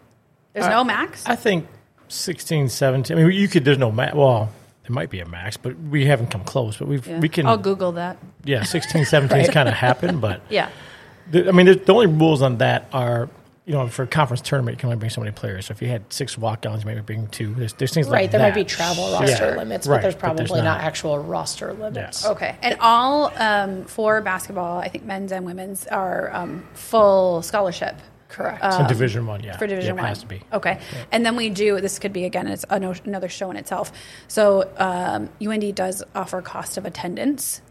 [SPEAKER 5] There's
[SPEAKER 4] Uh,
[SPEAKER 5] no max.
[SPEAKER 4] I think 16, 17. I mean, you could. There's no max. Well, there might be a max, but we haven't come close. But we've we can.
[SPEAKER 1] I'll Google that.
[SPEAKER 4] yeah, 16, 17 's kind of happened, but
[SPEAKER 1] Yeah.
[SPEAKER 4] The- I mean, the, the only rules on that are, you know, for a conference tournament, you can only bring so many players. So if you had six walk-ons, you might bring two. There's, there's things
[SPEAKER 3] Right.
[SPEAKER 4] like
[SPEAKER 3] There
[SPEAKER 4] that.
[SPEAKER 3] might be travel roster
[SPEAKER 4] Yeah,
[SPEAKER 3] limits,
[SPEAKER 4] right,
[SPEAKER 3] but there's
[SPEAKER 4] but
[SPEAKER 3] probably
[SPEAKER 4] there's
[SPEAKER 3] not.
[SPEAKER 4] not.
[SPEAKER 3] actual roster limits.
[SPEAKER 4] Yeah.
[SPEAKER 5] Okay. And all um, for basketball, I think men's and women's are um, full scholarship.
[SPEAKER 3] Correct.
[SPEAKER 4] It's in Division One, yeah.
[SPEAKER 5] for Division
[SPEAKER 4] yeah,
[SPEAKER 5] One.
[SPEAKER 4] it has to be.
[SPEAKER 5] Okay, and then we do. This could be again. It's ano- another show in itself. So um, UND does offer cost of attendance,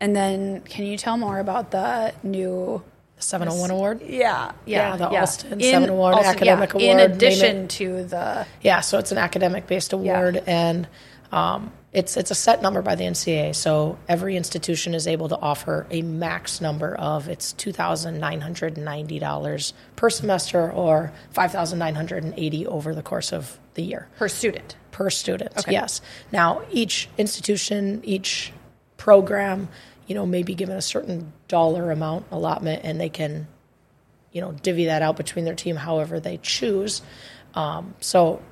[SPEAKER 5] and then can you tell more about the new?
[SPEAKER 3] the 701 award.
[SPEAKER 5] Yeah,
[SPEAKER 3] Yeah, the Alston Seven Award Academic
[SPEAKER 5] In
[SPEAKER 3] Award,
[SPEAKER 5] addition
[SPEAKER 3] name
[SPEAKER 5] to the
[SPEAKER 3] Yeah, so it's an academic based award, and um, it's it's a set number by the NCAA. So every institution is able to offer a max number of it's two thousand nine hundred ninety dollars per semester, or five thousand nine hundred and eighty over the course of the year
[SPEAKER 5] per student.
[SPEAKER 3] per student. Yes. Now each institution, each program, you know, may be given a certain dollar amount allotment, and they can, you know, divvy that out between their team however they choose. Um, so,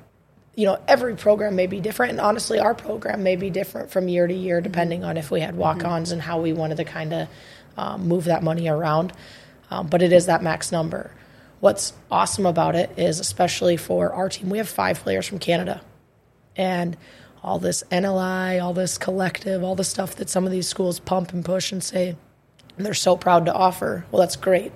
[SPEAKER 3] you know, every program may be different, and honestly, our program may be different from year to year depending on if we had walk-ons and how we wanted to kind of um, move that money around. Um, but it is that max number. What's awesome about it is, especially for our team, we have five players from Canada and all this NLI, all this collective, all the stuff that some of these schools pump and push and say they're so proud to offer. Well, that's great.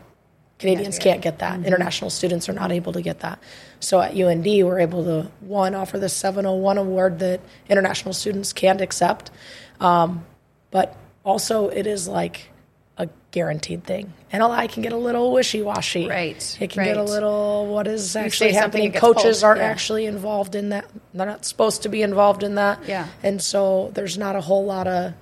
[SPEAKER 3] Canadians can't get that.
[SPEAKER 5] Mm-hmm.
[SPEAKER 3] International students are not able to get that. So at UND, we're able to one offer the 701 award that international students can't accept, um, but also it is like a guaranteed thing. NLI can get a little wishy washy.
[SPEAKER 5] Right,
[SPEAKER 3] It can get a
[SPEAKER 5] right.
[SPEAKER 3] little what is actually
[SPEAKER 5] something,
[SPEAKER 3] happening.
[SPEAKER 5] it gets pulled.
[SPEAKER 3] Coaches aren't
[SPEAKER 5] Yeah.
[SPEAKER 3] actually involved in that. They're not supposed to be involved in that.
[SPEAKER 5] Yeah.
[SPEAKER 3] And so there's not a whole lot of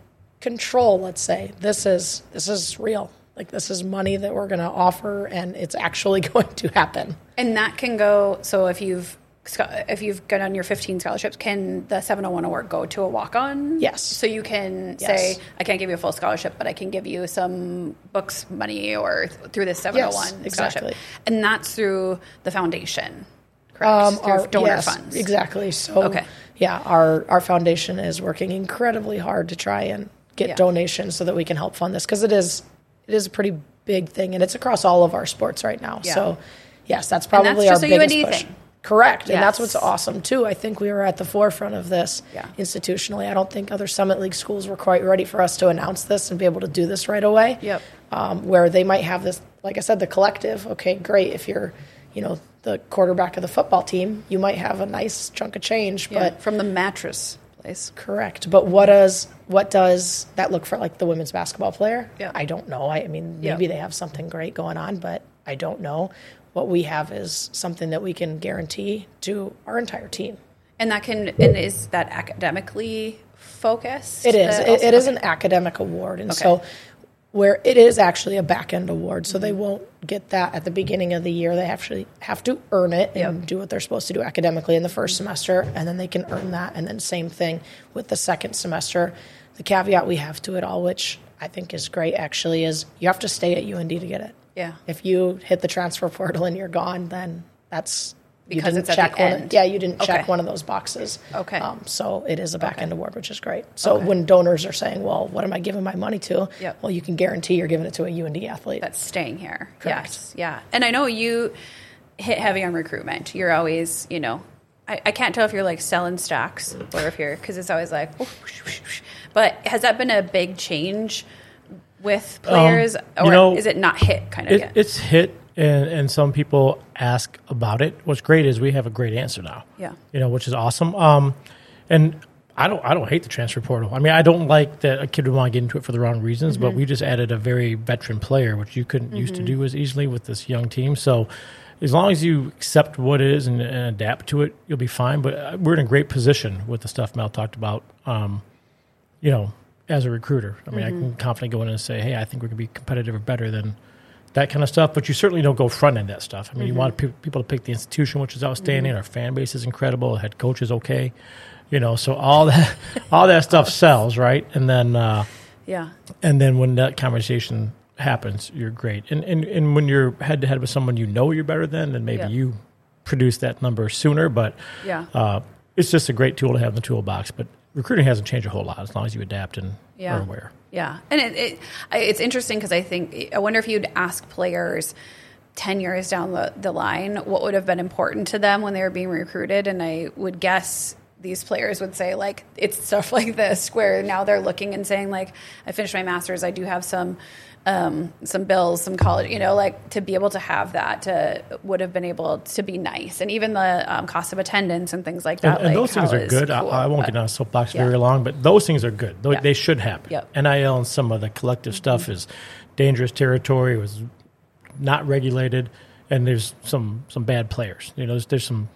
[SPEAKER 3] control, let's say. This is this is real. Like this is money that we're gonna offer and it's actually going to happen.
[SPEAKER 5] And that can go. So if you've scho- if you've got on your 15 scholarships, can the 701 award go to a walk on?
[SPEAKER 3] Yes.
[SPEAKER 5] So you can
[SPEAKER 3] Yes.
[SPEAKER 5] say, I can't give you a full scholarship, but I can give you some books money or th- through the 701
[SPEAKER 3] Yes,
[SPEAKER 5] scholarship.
[SPEAKER 3] exactly.
[SPEAKER 5] And that's through the foundation, correct? through
[SPEAKER 3] Um, our-
[SPEAKER 5] donor
[SPEAKER 3] yes,
[SPEAKER 5] funds.
[SPEAKER 3] Exactly. So
[SPEAKER 5] Okay.
[SPEAKER 3] yeah, our our foundation is working incredibly hard to try and get
[SPEAKER 5] Yeah.
[SPEAKER 3] donations so that we can help fund this because it is it is a pretty big thing and it's across all of our sports right now.
[SPEAKER 5] Yeah.
[SPEAKER 3] So yes, that's probably
[SPEAKER 5] just
[SPEAKER 3] our
[SPEAKER 5] a
[SPEAKER 3] biggest
[SPEAKER 5] UND
[SPEAKER 3] push.
[SPEAKER 5] thing.
[SPEAKER 3] Correct. And that's
[SPEAKER 5] Yes.
[SPEAKER 3] what's awesome too. I think we were at the forefront of this
[SPEAKER 5] Yeah.
[SPEAKER 3] institutionally. I don't think other Summit League schools were quite ready for us to announce this and be able to do this right away
[SPEAKER 5] Yep.
[SPEAKER 3] um, where they might have this, like I said, the collective. Okay, great. If you're, you know, the quarterback of the football team, you might have a nice chunk of change.
[SPEAKER 5] Yeah,
[SPEAKER 3] But
[SPEAKER 5] from the mattress place.
[SPEAKER 3] correct. But what does what does that look for? Like the women's basketball player?
[SPEAKER 5] Yeah.
[SPEAKER 3] I don't know. I, I mean,
[SPEAKER 5] Yeah.
[SPEAKER 3] maybe they have something great going on, but I don't know. What we have is something that we can guarantee to our entire team.
[SPEAKER 5] And that can, and is that academically focused?
[SPEAKER 3] It is.
[SPEAKER 5] That
[SPEAKER 3] It,
[SPEAKER 5] also-
[SPEAKER 3] it is an academic award, and so where it is actually a back end award, so they won't get that at the beginning of the year. They actually have to earn it and do what they're supposed to do academically in the first semester, and then they can earn that. And then same thing with the second semester. The caveat we have to it all, which I think is great, actually, is you have to stay at UND to get it.
[SPEAKER 5] Yeah.
[SPEAKER 3] If you hit the transfer portal and you're gone, then that's you
[SPEAKER 5] Because
[SPEAKER 3] didn't
[SPEAKER 5] it's at the
[SPEAKER 3] check one.
[SPEAKER 5] end.
[SPEAKER 3] Of, yeah, you didn't check
[SPEAKER 5] Okay.
[SPEAKER 3] one of those boxes. Um,
[SPEAKER 5] Okay.
[SPEAKER 3] So it is a back end award, which is great. So when donors are saying, well, what am I giving my money to?
[SPEAKER 5] Yep.
[SPEAKER 3] Well, you can guarantee you're giving it to a UND athlete.
[SPEAKER 5] that's staying here.
[SPEAKER 3] Correct.
[SPEAKER 5] Yes, yeah. And I know you hit heavy on recruitment. You're always, you know, I, I can't tell if you're like selling stocks or if you're because it's always like. whoosh, whoosh, whoosh, whoosh. But has that been a big change with players,
[SPEAKER 4] Um, you
[SPEAKER 5] or
[SPEAKER 4] know,
[SPEAKER 5] is it not hit kind of
[SPEAKER 4] It,
[SPEAKER 5] yet?
[SPEAKER 4] It's hit, and, and some people ask about it. What's great is we have a great answer now.
[SPEAKER 5] Yeah.
[SPEAKER 4] you know, which is awesome. Um, and I don't, I don't hate the transfer portal. I mean, I don't like that a kid would want to get into it for the wrong reasons, but we just added a very veteran player, which you couldn't used to do as easily with this young team. So. As long as you accept what it is and, and adapt to it, you'll be fine. But uh, we're in a great position with the stuff Mel talked about. Um, you know, as a recruiter. I mean, I can confidently go in and say, hey, I think we're going to be competitive or better than that kind of stuff. But you certainly don't go front end that stuff. I mean, you want pe- people to pick the institution, which is outstanding. Our fan base is incredible. Our head coach is okay. You know, so all that all that stuff sells, right? And then uh,
[SPEAKER 5] Yeah.
[SPEAKER 4] and then when that conversation happens, you're great. And and, and when you're head to head with someone you know you're better than, then maybe
[SPEAKER 5] Yeah.
[SPEAKER 4] you produce that number sooner. But
[SPEAKER 5] Yeah.
[SPEAKER 4] uh, it's just a great tool to have in the toolbox. But recruiting hasn't changed a whole lot as long as you adapt and
[SPEAKER 5] Yeah.
[SPEAKER 4] are aware.
[SPEAKER 5] Yeah, and it, it I- it's interesting because I think I wonder if you'd ask players ten years down the, the line what would have been important to them when they were being recruited, and I would guess these players would say like it's stuff like this where now they're looking and saying like I finished my master's, I do have some um, some bills, some college, you know, like to be able to have that to would have been able to be nice, and even the um, cost of attendance and things like
[SPEAKER 4] And,
[SPEAKER 5] that.
[SPEAKER 4] and
[SPEAKER 5] like,
[SPEAKER 4] those things
[SPEAKER 5] how
[SPEAKER 4] are
[SPEAKER 5] is
[SPEAKER 4] good.
[SPEAKER 5] cool,
[SPEAKER 4] I, I won't
[SPEAKER 5] but-
[SPEAKER 4] get on a soapbox
[SPEAKER 5] Yeah.
[SPEAKER 4] very long, but those things are good. Tho- They should happen.
[SPEAKER 5] Yep. Mm-hmm.
[SPEAKER 4] NIL and some of the collective stuff is dangerous territory. It was not regulated, and there's some some bad players. You know, there's, there's some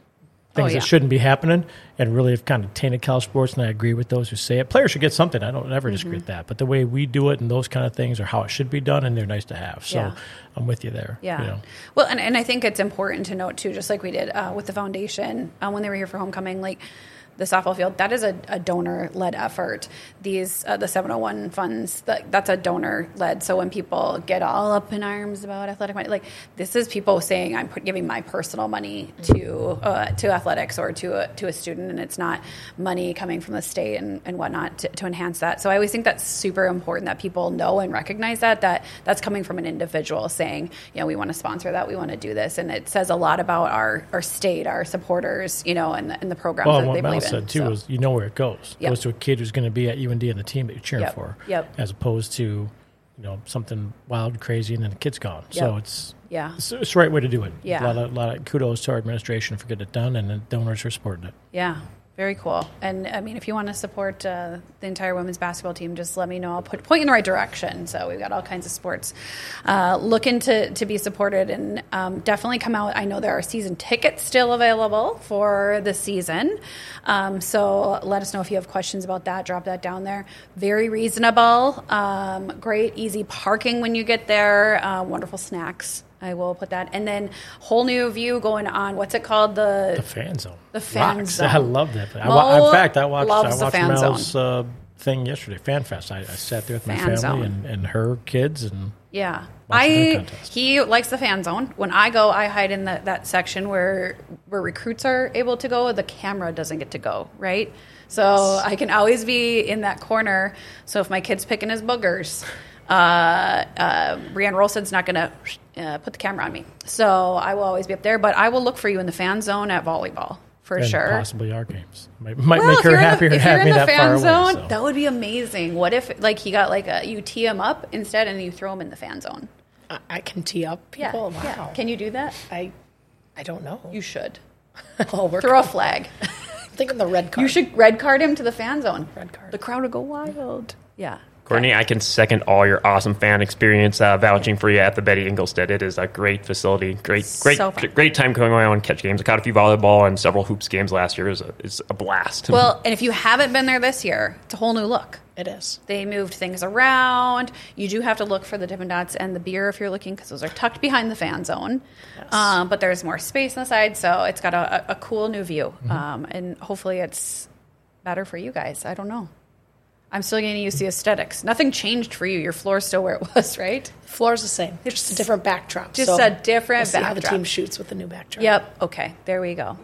[SPEAKER 4] things
[SPEAKER 5] Oh, yeah.
[SPEAKER 4] that shouldn't be happening, and really have kind of tainted college sports. And I agree with those who say it. Players should get something. I don't ever
[SPEAKER 5] Mm-hmm.
[SPEAKER 4] disagree with that. But the way we do it and those kind of things are how it should be done, and they're nice to have. So
[SPEAKER 5] Yeah.
[SPEAKER 4] I'm with you there.
[SPEAKER 5] Yeah.
[SPEAKER 4] you know.
[SPEAKER 5] Well, and, and I think it's important to note too, just like we did uh, with the foundation uh, when they were here for homecoming, like the softball field, that is a, a donor led effort. These, uh, the 701 funds, that, that's a donor led. So when people get all up in arms about athletic money, like this is people saying, I'm put, giving my personal money to, uh, to athletics or to a, to a student. And it's not money coming from the state and, and whatnot to, to enhance that. So I always think that's super important that people know and recognize that, that that's coming from an individual saying, you know, we want to sponsor that, we want to do this. And it says a lot about our, our state, our supporters, you know, and, and the programs
[SPEAKER 4] Well,
[SPEAKER 5] that
[SPEAKER 4] Oh, what
[SPEAKER 5] they
[SPEAKER 4] Mal
[SPEAKER 5] believe
[SPEAKER 4] said
[SPEAKER 5] in.
[SPEAKER 4] too
[SPEAKER 5] so.
[SPEAKER 4] is you know where it goes. It
[SPEAKER 5] Yep.
[SPEAKER 4] Goes to a kid who's going to be at UND and the team that you're cheering
[SPEAKER 5] Yep.
[SPEAKER 4] for.
[SPEAKER 5] Yep.
[SPEAKER 4] As opposed to you know something wild, crazy, and then the kid's gone. So
[SPEAKER 5] Yep.
[SPEAKER 4] it's
[SPEAKER 5] Yeah.
[SPEAKER 4] it's, it's the right way to do it.
[SPEAKER 5] Yeah.
[SPEAKER 4] A lot of, lot of kudos to our administration for getting it done, and the donors are supporting it.
[SPEAKER 5] Yeah, very cool. And I mean, if you want to support uh, the entire women's basketball team, just let me know. I'll put, point you in the right direction. So we've got all kinds of sports uh, looking to, to be supported and um, definitely come out. I know there are season tickets still available for the season. Um, so let us know if you have questions about that. Drop that down there. Very reasonable. Um, great, easy parking when you get there. Uh, wonderful snacks. I will put that. And then whole new view going on. What's it called?
[SPEAKER 4] The fan zone.
[SPEAKER 5] The fan
[SPEAKER 4] Rocks.
[SPEAKER 5] zone.
[SPEAKER 4] I love that. I,
[SPEAKER 5] Mo
[SPEAKER 4] wa- in fact, I watched I
[SPEAKER 5] loves
[SPEAKER 4] watched
[SPEAKER 5] the fan
[SPEAKER 4] Mal's uh, thing yesterday, Fan Fest. I, I sat there with my
[SPEAKER 5] Fan zone.
[SPEAKER 4] family and, and her kids and.
[SPEAKER 5] Yeah.
[SPEAKER 4] Watch the
[SPEAKER 5] I
[SPEAKER 4] dunk contest.
[SPEAKER 5] he likes the fan zone. When I go, I hide in the, that section where where recruits are able to go. The camera doesn't get to go, right? So I can always be in that corner. So if my kid's picking his boogers, uh, uh, Brianne Rolson's not going to uh, put the camera on me. So I will always be up there. But I will look for you in the fan zone at volleyball for
[SPEAKER 4] and
[SPEAKER 5] sure.
[SPEAKER 4] possibly our games might, might
[SPEAKER 5] Well,
[SPEAKER 4] make
[SPEAKER 5] if
[SPEAKER 4] her
[SPEAKER 5] you're in the-
[SPEAKER 4] happier to
[SPEAKER 5] if you're
[SPEAKER 4] have
[SPEAKER 5] in
[SPEAKER 4] me
[SPEAKER 5] the
[SPEAKER 4] that
[SPEAKER 5] fan
[SPEAKER 4] far away.
[SPEAKER 5] zone,
[SPEAKER 4] so.
[SPEAKER 5] That would be amazing. What if like he got like a you tee him up instead and you throw him in the fan zone? Oh,
[SPEAKER 3] I, I can tee up
[SPEAKER 5] Yeah.
[SPEAKER 3] people.
[SPEAKER 5] yeah.
[SPEAKER 3] Wow.
[SPEAKER 5] Can you do that?
[SPEAKER 3] I, I don't know.
[SPEAKER 5] You should.
[SPEAKER 3] I'll work.
[SPEAKER 5] Throw a flag.
[SPEAKER 3] I'm thinking the red card.
[SPEAKER 5] you should red card him to the fan zone.
[SPEAKER 3] Red card.
[SPEAKER 5] The crowd would go wild. Yeah.
[SPEAKER 2] Courtney, I can second all your awesome fan experience uh, vouching for you at the Betty Ingolstead. It is a great facility, great, great,
[SPEAKER 5] So fun.
[SPEAKER 2] great time going on and catch games. I caught a few volleyball and several hoops games last year. It was a, it's a blast.
[SPEAKER 5] Well, and if you haven't been there this year, it's a whole new look.
[SPEAKER 3] It is.
[SPEAKER 5] They moved things around. You do have to look for the Dippin' Dots and the beer if you're looking, because those are tucked behind the fan zone. Um, but there's more space on the side, so it's got a, a a cool new view.
[SPEAKER 3] Mm-hmm.
[SPEAKER 5] Um, and hopefully it's better for you guys. I don't know. I'm still going to use the aesthetics. Nothing changed for you. Your floor's still where it was, right?
[SPEAKER 3] Floor's the same. just a different backdrop.
[SPEAKER 5] just
[SPEAKER 3] so
[SPEAKER 5] a different
[SPEAKER 3] we'll see How the
[SPEAKER 5] backdrop.
[SPEAKER 3] team shoots with the new backdrop.
[SPEAKER 5] Yep. Okay. There we go.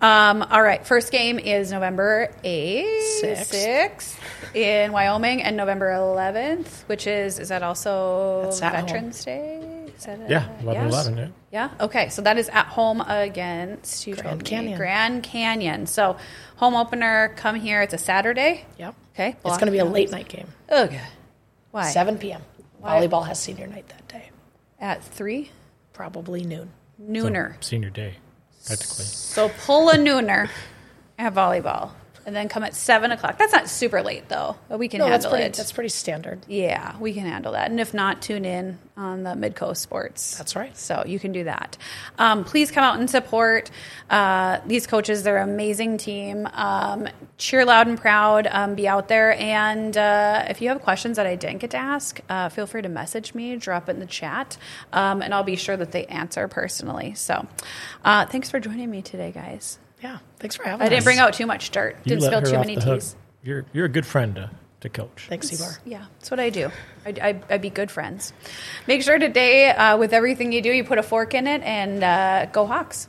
[SPEAKER 5] Um, all right. First game is November 8th,
[SPEAKER 3] Sixth.
[SPEAKER 5] 6th in Wyoming, and November 11th, which is, is that also
[SPEAKER 3] That's at home.
[SPEAKER 5] Veterans Day? Is that it?
[SPEAKER 4] yeah, 11 11. Yeah.
[SPEAKER 5] Yeah. Okay. So that is at home against you
[SPEAKER 3] Grand
[SPEAKER 5] told me,
[SPEAKER 3] Canyon.
[SPEAKER 5] Grand Canyon. So home opener, come here. It's a Saturday.
[SPEAKER 3] Yep.
[SPEAKER 5] Okay.
[SPEAKER 3] It's going to be a late night game.
[SPEAKER 5] Okay. Why?
[SPEAKER 3] 7 p.m. Volleyball has senior night that day.
[SPEAKER 5] At three.
[SPEAKER 3] Probably noon.
[SPEAKER 5] Nooner.
[SPEAKER 4] Senior day, practically.
[SPEAKER 5] So pull a nooner at volleyball, and then come at seven o'clock. That's not super late though. But we can
[SPEAKER 3] No, that's
[SPEAKER 5] handle
[SPEAKER 3] pretty,
[SPEAKER 5] it.
[SPEAKER 3] that's pretty standard.
[SPEAKER 5] yeah, we can handle that. And if not, tune in on the Midcoast Sports.
[SPEAKER 3] That's right.
[SPEAKER 5] So you can do that. Um, please come out and support uh, these coaches. They're an amazing team. Um, cheer loud and proud. Um, be out there. And uh, if you have questions that I didn't get to ask, uh, feel free to message me, drop it in the chat, um, and I'll be sure that they answer personally. So uh, thanks for joining me today, guys.
[SPEAKER 3] Yeah. Thanks for having
[SPEAKER 5] I
[SPEAKER 3] us.
[SPEAKER 5] didn't bring out too much dirt.
[SPEAKER 4] You
[SPEAKER 5] Didn't
[SPEAKER 4] let
[SPEAKER 5] spill
[SPEAKER 4] her
[SPEAKER 5] too
[SPEAKER 4] off
[SPEAKER 5] many
[SPEAKER 4] the hook.
[SPEAKER 5] teas.
[SPEAKER 4] You're you're a good friend to, to coach.
[SPEAKER 3] Thanks, Seabar.
[SPEAKER 5] Yeah, that's what I do. I, I, I be good friends. Make sure today, uh, with everything you do, you put a fork in it and uh, go Hawks.